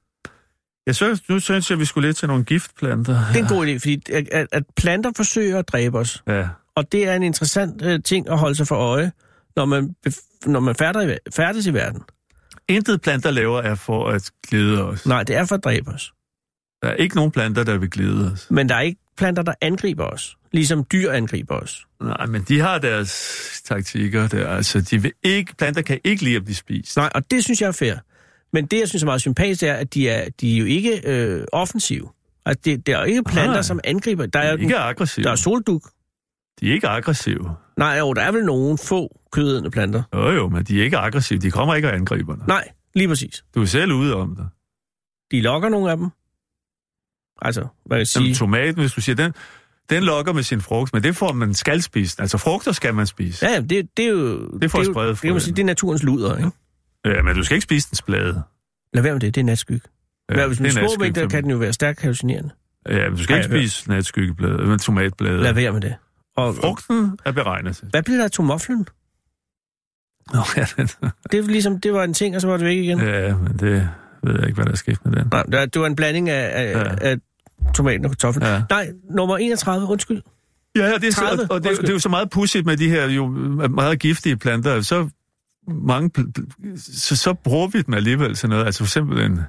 S3: Jeg synes, nu synes jeg, vi skulle lidt til nogle giftplanter.
S2: Det er en god idé, fordi at, at- at planter forsøger at dræbe os.
S3: Ja.
S2: Og det er en interessant uh, ting at holde sig for øje, når man, bef- når man færder i, ver- færdes i verden.
S3: Intet planter laver er for at glide os.
S2: Nej, det er for at dræbe os.
S3: Der er ikke nogen planter, der vil glide os.
S2: Men der er ikke planter, der angriber os. Ligesom dyr angriber os.
S3: Nej, men de har deres taktikker der. Altså, de vil ikke, planter kan ikke lide at blive spist.
S2: Nej, og det synes jeg er fair. Men det, jeg synes er meget sympatisk, er, at de er, de er jo ikke øh, offensive. Altså, det, det er jo ikke planter,
S3: Nej.
S2: som angriber. Der er, jo
S3: Nej,
S2: den,
S3: ikke aggressivt.
S2: der er solduk.
S3: De er ikke aggressive.
S2: Nej, jo, der er vel nogen få kødædende planter.
S3: Jo jo, men de er ikke aggressive. De kommer ikke og angriber dig.
S2: Nej, lige præcis.
S3: Du er selv ude om det.
S2: De lokker nogle af dem. Altså, hvad kan jeg sige?
S3: Jamen, tomaten, hvis du siger, den, den lokker med sin frugt, men det får man skal spise. Altså, frugter skal man spise.
S2: Ja, ja, det, det er jo...
S3: Det får
S2: det er jo-
S3: spredet
S2: det, kan man sige,
S3: frøene.
S2: det er naturens luder, ikke?
S3: Ja. ja, men du skal ikke spise dens blade.
S2: Lad være med det, det er natskyg. Ja, Hvad, hvis den
S3: det
S2: er små
S3: er natskygge,
S2: mængder, kan
S3: simpelthen.
S2: den jo være stærkt hallucinerende.
S3: Ja, men du skal
S2: Har
S3: ikke
S2: jeg hørt.
S3: spise natskyggeblade, men tomatblade.
S2: Lad være med det. Og,
S3: Frugten er beregnet til.
S2: Hvad blev der af tomoflen?
S3: Nå, ja, den-
S2: Det, er ligesom, det var en ting, og så var det væk igen. Ja.
S3: ja, men det ved jeg ikke, hvad der er sket med den.
S2: Nej, der- det var en blanding af, af, ja.
S3: Ja.
S2: af tomaten og kartoflen. Ja.
S3: Ja.
S2: Nej, nummer 31, undskyld.
S3: Ja, ja, det er, så,
S2: 30,
S3: og- og det, er jo-
S2: undskyld.
S3: det er jo så meget pudsigt med de her jo øh, meget giftige planter. Så mange pl- pl- så, så bruger vi dem alligevel til noget. Altså for eksempel en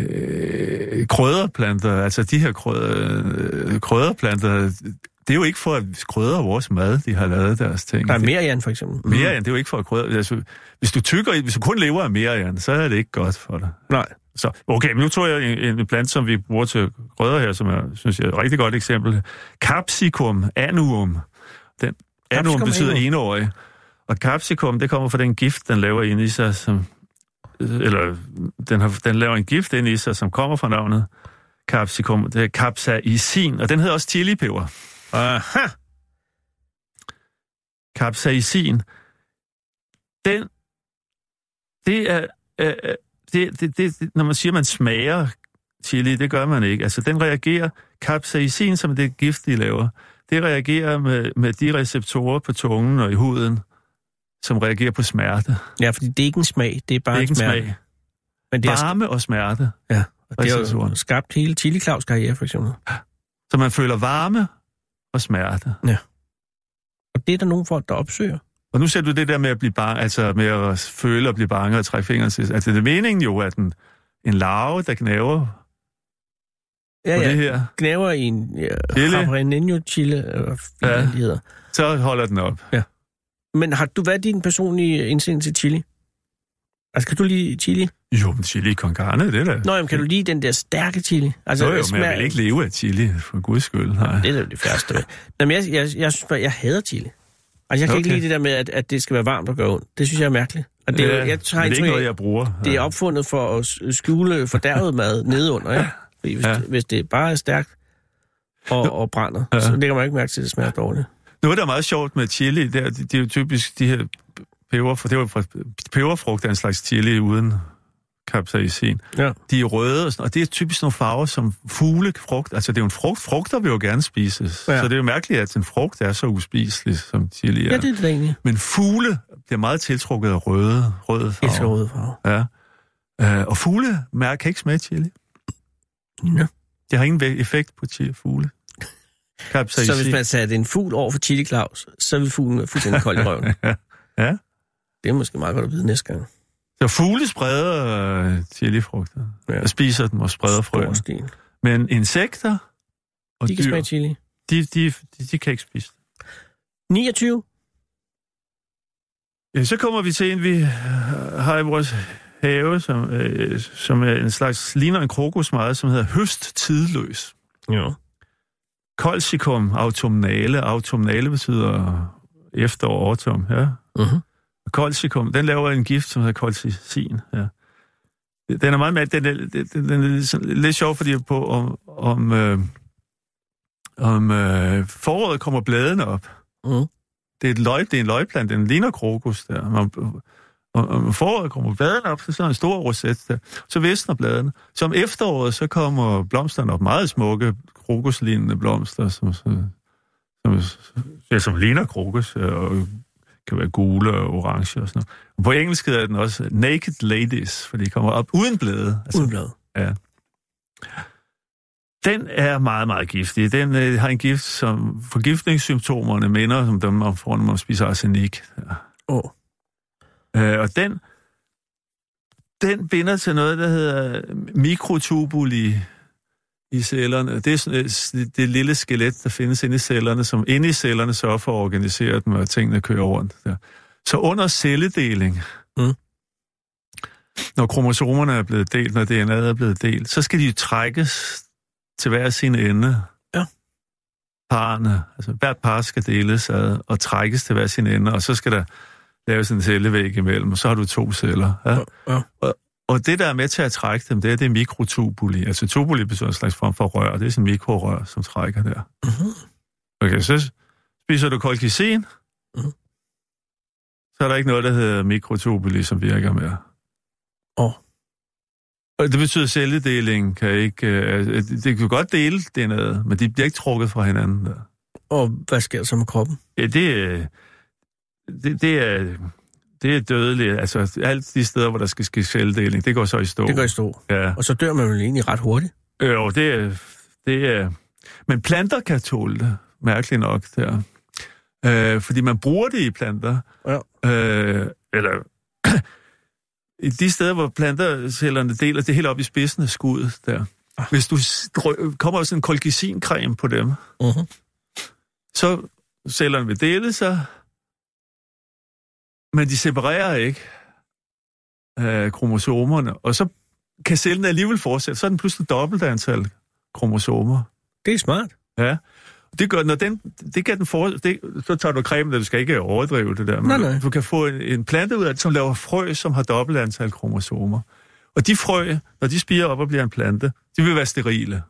S3: øh, krødderplanter, altså de her krødder, øh, krødderplanter, det er jo ikke for at krydre vores mad, de har lavet deres ting.
S2: Der er
S3: Det-
S2: merian, for eksempel. Mm.
S3: Merian, det er jo ikke for at krydre. Altså, hvis du tykker, i- hvis du kun lever af merian, så er det ikke godt for dig.
S2: Nej.
S3: Så, okay, men nu tog jeg en, en plante, som vi bruger til grøder her, som jeg synes er et rigtig godt eksempel. Capsicum annuum. Den, annuum
S2: Capsicum
S3: betyder
S2: annuum.
S3: enårig. Og capsicum, det kommer fra den gift, den laver ind i sig, som, eller den, har, den laver en gift ind i sig, som kommer fra navnet capsicum. Det er capsaicin, og den hedder også chilipeber.
S2: Aha!
S3: capsaicin, den, det er, øh, øh, det, det, det, det, når man siger, man smager chili, det gør man ikke. Altså, den reagerer, capsaicin, som er det gift, de laver, det reagerer med, med de receptorer på tungen og i huden, som reagerer på smerte. Det
S2: Ja, fordi det er ikke en smag, det er bare
S3: er ikke en
S2: smerte.
S3: smag.
S2: Men det er,
S3: Varme og smerte.
S2: ja, og det har jo
S3: receptoren.
S2: skabt hele Chili Claus karriere, for eksempel.
S3: Så man føler varme og smerte.
S2: Og det er der nogle folk, der opsøger.
S3: Og nu ser du det der med at blive bange, altså med at føle og blive bange og trække fingrene til. Altså det er meningen jo, at en, en larve, der gnaver
S2: Ja,
S3: på det
S2: ja.
S3: her,
S2: Gnaver i en ja,
S3: Chili.
S2: Habrineno Chile, eller hvad
S3: Ja.
S2: ja. de hedder.
S3: så holder den op.
S2: Men har du været din personlige indstilling til chili? Altså, kan du lide chili?
S3: Jo, men chili con carne, det er da...
S2: Nå, jamen, kan du lide den der stærke chili? Altså,
S3: jo, jo,
S2: den
S3: men jeg vil ikke leve af chili, for guds skyld. Nej.
S2: Det er da det første. Nå, men jeg, jeg, jeg, synes bare, jeg hader chili. Altså, jeg kan okay. ikke
S3: Okay.
S2: lide det der med, at, at det skal være varmt og gøre ondt. Det synes jeg er mærkeligt. Og det, er, jo- jeg
S3: men
S2: tager
S3: det er ikke noget,
S2: jeg...
S3: jeg bruger.
S2: det er
S3: Ja.
S2: opfundet for at s- skjule fordærvet mad nedenunder, ja? Fordi hvis, ja.
S3: Ja.
S2: det, hvis det bare er stærkt og, og brænder, ja. så lægger man ikke mærke til, at det smager dårligt.
S3: Nu er det meget sjovt med chili. Det er, det er jo typisk de her peber, for det var fra, peberfrugt er en slags chili uden capsaicin.
S2: Ja.
S3: De er røde, og, sådan, og det er typisk nogle farver som fuglefrugt. Altså, det er jo en frugt. Frugter vil jo gerne spises.
S2: Ja.
S3: Ja. Så det er jo mærkeligt, at en frugt er så uspiselig, som chili er.
S2: ja, det er det egentlig.
S3: Men fugle bliver meget tiltrukket af røde, røde
S2: Jeg elsker
S3: farver.
S2: røde farver.
S3: Ja. Øh, og fugle mærker kan ikke smage chili.
S2: Ja.
S3: Det har ingen væ- effekt på chili, fugle. Capsaicin.
S2: Så hvis man satte en fugl over for Chili Claus, så ville fuglen være fuldstændig kold i røven.
S3: Ja.
S2: Det er måske meget godt at vide næste gang.
S3: Så fugle spreder øh, chilifrugter.
S2: Ja.
S3: Ja. Og spiser dem og spreder
S2: Stor
S3: frøen.
S2: stil.
S3: Men insekter og
S2: De kan
S3: dyr,
S2: smage chili.
S3: de, de, de, de kan ikke spise det.
S2: 29.
S3: Ja, så kommer vi til en, vi har i vores have, som, øh, som er en slags, ligner en krokus meget, som hedder høst tidløs.
S2: Ja.
S3: Kolsikum autumnale. Autumnale betyder efterår, autumn, ja.
S2: Uh-huh.
S3: Kolsikum, den laver en gift, som hedder kolsicin, ja. Den er meget mad, den er, den, den er lidt, sådan- lidt sjov, fordi på om, om, øh, om øh, foråret kommer bladene op.
S2: Mhm.
S3: Det er, et løg, det er en løgplant, den ligner krokus der. Om, om, om foråret kommer bladene op, så sådan en stor roset der. Så visner bladene. Så om efteråret, så kommer blomsterne op. Meget smukke, krokuslignende blomster, som, så- som, ja, som ligner krokus, øh, og kan være gule og orange og sådan noget. Og på engelsk hedder den også Naked Ladies, for de kommer op uden blade. Altså,
S2: Uden blad.
S3: den er meget, meget giftig. Den øh, har en gift, som forgiftningssymptomerne minder om dem, man får, når man spiser arsenik.
S2: Åh.
S3: Øh, og den, den binder til noget, der hedder mikrotubuli i cellerne. Det er sådan, øh, s- det lille skelet, der findes inde i cellerne, som inde i cellerne sørger for at organisere dem, og tingene kører rundt. Der. Så under celledeling,
S2: Mm.
S3: når kromosomerne er blevet delt, når DNA'et er blevet delt, så skal de jo trækkes til hver sin ende.
S2: Ja.
S3: parerne, altså hvert par skal deles ad og trækkes til hver sin ende, og så skal der laves en cellevæg imellem, og så har du to celler. Ja?
S2: ja.
S3: Og det, der er med til at trække dem, det er det er mikrotubuli. Altså tubuli betyder en slags form for rør, det er sådan mikrorør, som trækker der.
S2: Mhm.
S3: Okay, så spiser du kolkisin,
S2: Mhm.
S3: så er der ikke noget, der hedder ligesom mikrotubuli, som virker mere.
S2: Åh.
S3: Og det betyder, at celledelingen kan ikke... Øh, øh, det kan godt dele det noget, men de bliver ikke trukket fra hinanden. Der.
S2: Og hvad sker der så med kroppen?
S3: Ja, det, øh, det, det er... Det er dødeligt. Altså, alt de steder, hvor der skal ske celledeling, det går så i stå.
S2: Det går i stå.
S3: Ja.
S2: Og så dør man vel egentlig ret hurtigt.
S3: Øh, Jo, det er... Det er men planter kan tåle det, mærkeligt nok. Der. Øh, fordi man bruger det i planter.
S2: Ja.
S3: Øh, eller... I de steder, hvor plantercellerne deler, det er helt op i spidsen af skuddet der. Hvis du strø, kommer sådan en kolkisincreme på dem,
S2: Mhm.
S3: så cellerne vil dele sig, men de separerer ikke øh, kromosomerne, og så kan cellen alligevel fortsætte. Så er den pludselig dobbelt antal kromosomer.
S2: Det er smart.
S3: Ja. Det gør, når den, det kan den for, det, så tager du cremen, og du skal ikke overdrive det der. Men
S2: Nej, nej.
S3: Du kan få en, en plante ud af det, som laver frø, som har dobbelt antal kromosomer. Og de frø, når de spiger op og bliver en plante, de vil være sterile.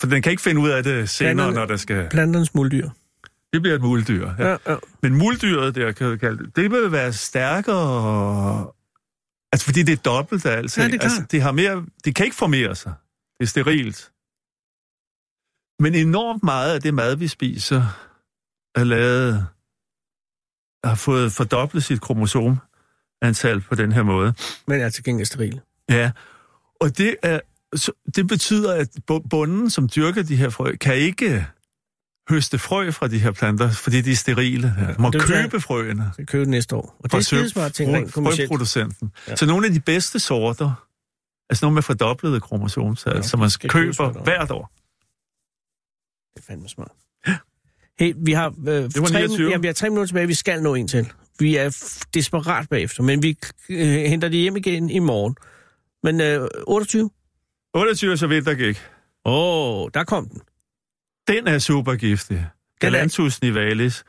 S3: For den kan ikke finde ud af det senere,
S2: Planterne-
S3: når der skal...
S2: Planternes muldyr.
S3: Det bliver et muldyr. Ja.
S2: Ja, ja.
S3: Men muldyret der, kan jeg kalde det, det vil være stærkere... Altså, fordi det er dobbelt af alt.
S2: Ja, det er klart.
S3: altså, det, har mere, det kan ikke formere sig. Det er sterilt. Men enormt meget af det mad, vi spiser, er lavet, har fået fordoblet sit kromosomantal på den her måde.
S2: Men er til gengæld sterile.
S3: Ja, og det, er, så, det betyder, at bu- bunden, som dyrker de her frø, kan ikke høste frø fra de her planter, fordi de er sterile. Ja. Må
S2: Det vil sige-
S3: købe frøene
S2: Så købe det næste år. Og det er
S3: sø-
S2: skidesmart ting
S3: frø-
S2: rent kommercielt.
S3: frøproducenten.
S2: Ja.
S3: Ja. Så nogle af de bedste sorter, altså nogle med fordoblede kromosomtal,
S2: Ja,
S3: ja, som man
S2: skal købes
S3: køber
S2: hvert år.
S3: hvert år.
S2: Det er fandme smart. Hey, vi har, øh, det
S3: var
S2: tre,
S3: 29.
S2: ja, vi har tre minutter tilbage, vi skal nå en til. Vi er f- desperat bagefter, men vi øh, henter det hjem igen i morgen. Men øh, 28?
S3: 28 så vintergæk.
S2: Åh, oh, der kom den.
S3: Den er super giftig. Galanthus nivalis.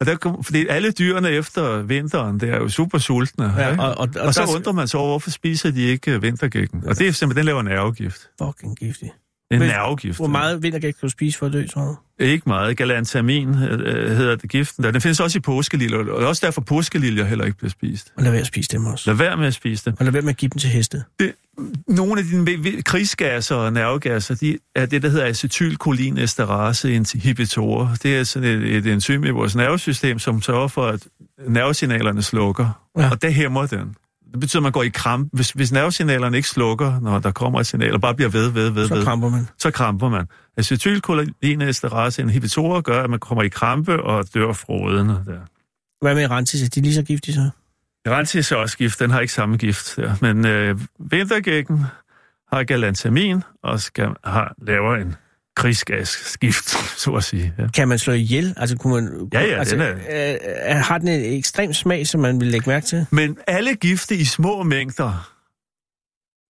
S3: Og der kom, fordi alle dyrene efter vinteren, det er jo super sultne.
S2: Ja,
S3: ikke?
S2: og, og, og,
S3: Og så
S2: der-
S3: undrer man sig over, hvorfor spiser de ikke øh, vintergækken? Og det er simpelthen, den laver nervegift.
S2: Fucking giftig.
S3: En
S2: Men-
S3: nervegift.
S2: Hvor meget vintergæk kan du spise for at dø, tror du?
S3: Ikke meget. Galantamin øh, hedder det giften. Der. Den findes også i påskeliljer, og det er også derfor påskeliljer heller ikke bliver spist.
S2: Og lad være at spise dem også.
S3: Lad være med at spise det.
S2: Og lad være med at give dem til heste.
S3: Nogle af de vi- vi- krigsgasser og nervegasser, de er det, der hedder acetylcholinesterase inhibitorer. Det er sådan et, et enzym i vores nervesystem, som sørger for, at nervesignalerne slukker.
S2: Ja.
S3: Ja. Og det hæmmer den. Det betyder, at man går i kramp. Hvis, hvis nervesignalerne ikke slukker, når der kommer et signal, og bare bliver ved, ved, ved,
S2: Så
S3: ved,
S2: kramper man.
S3: så kramper man. Acetylcholinesterase inhibitorer gør, at man kommer i krampe og dør frådende. Der.
S2: Hvad med rentis? Er de lige så giftige så?
S3: Garantis er også gift, den har ikke samme gift. Der. Men øh, vintergækken har galantamin og skal, har, laver en krigsgasgift, så at sige. Ja.
S2: Kan man slå ihjel? Altså, kunne man,
S3: Ja, ja,
S2: altså,
S3: den
S2: er... Øh, har den en ekstrem smag, som man vil lægge mærke til?
S3: Men alle gifte i små mængder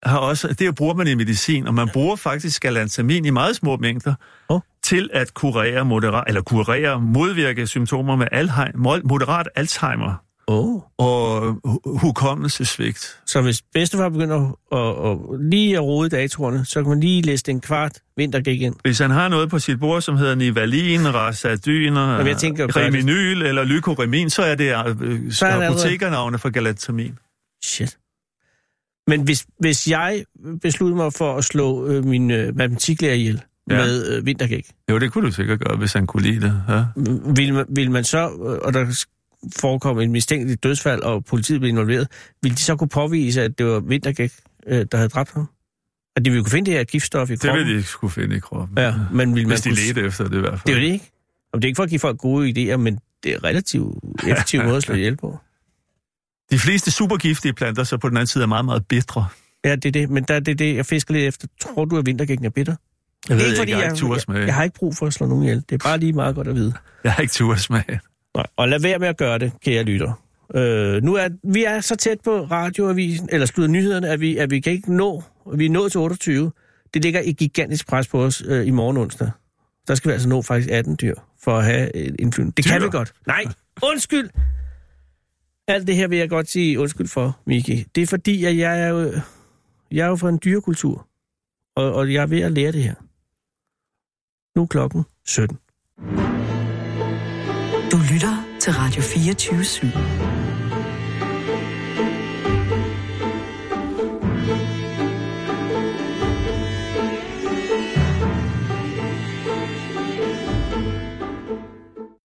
S3: har også, det bruger man i medicin, og man bruger faktisk galantamin i meget små mængder
S2: Åh.
S3: oh. til at kurere, moderat, eller kurere, modvirke symptomer med Alzheimer, moderat Alzheimer
S2: Åh. Oh.
S3: og hu- hukommelsesvigt.
S2: Så hvis bedstefar begynder at, at, at lige at rode i datorerne, så kan man lige læse den kvart vintergæk ind.
S3: Hvis han har noget på sit bord, som hedder Nivalin, Rasadyner,
S2: Jamen, jeg tænker på-
S3: Reminyl eller Lykoremin, så er det
S2: Så er det
S3: øh,
S2: allerede-
S3: apotekernavne for galantamin.
S2: Shit. Men hvis, hvis jeg besluttede mig for at slå øh, min øh, matematiklærer ihjel ja.
S3: Ja.
S2: med øh, vintergæk,
S3: Jo, det kunne du sikkert gøre, hvis han kunne lide det. Ja.
S2: m- vil man, vil man så, øh, og der s- forekom en mistænkelig dødsfald, og politiet blev involveret, ville de så kunne påvise, at det var vintergæk, øh, der havde dræbt ham? At de ville kunne finde det her giftstof i
S3: Det
S2: kroppen?
S3: ville de ikke skulle finde i kroppen.
S2: Ja, men ville man
S3: Hvis de
S2: kunne... s-
S3: ledte efter det i hvert fald.
S2: Det er jo det ikke. Jamen, det er ikke for at give folk gode idéer, men det er relativt effektiv måde at slå ihjel på.
S3: De fleste supergiftige planter, så på den anden side, er meget, meget bitre.
S2: Ja, det er det. Men der er det, det, jeg fisker lidt efter. Tror du, at vintergækken er bitter?
S3: Jeg
S2: Det er
S3: ved ikke, jeg har ikke
S2: jeg,
S3: tursmag.
S2: jeg, jeg har ikke brug for at slå nogen ihjel. Det er bare lige meget godt at vide.
S3: Jeg har ikke tursmag.
S2: Nej, og lad være med at gøre det, kære lytter. Øh, nu er vi er så tæt på radioavisen, eller slutter nyhederne, at vi, at vi kan ikke nå. Vi er nået til 28. Det ligger et gigantisk pres på os øh, i morgen onsdag. Der skal vi altså nå faktisk 18 dyr for at have en indflydelse. Det dyr. kan
S3: Dyr?
S2: vi godt. Nej, undskyld! Alt det her vil jeg godt sige undskyld for, Miki. Det er fordi, at jeg er jo, jeg er jo fra en dyrekultur, og, og jeg er ved at lære det her. Nu er klokken 17.
S4: Du lytter til Radio 24 /7.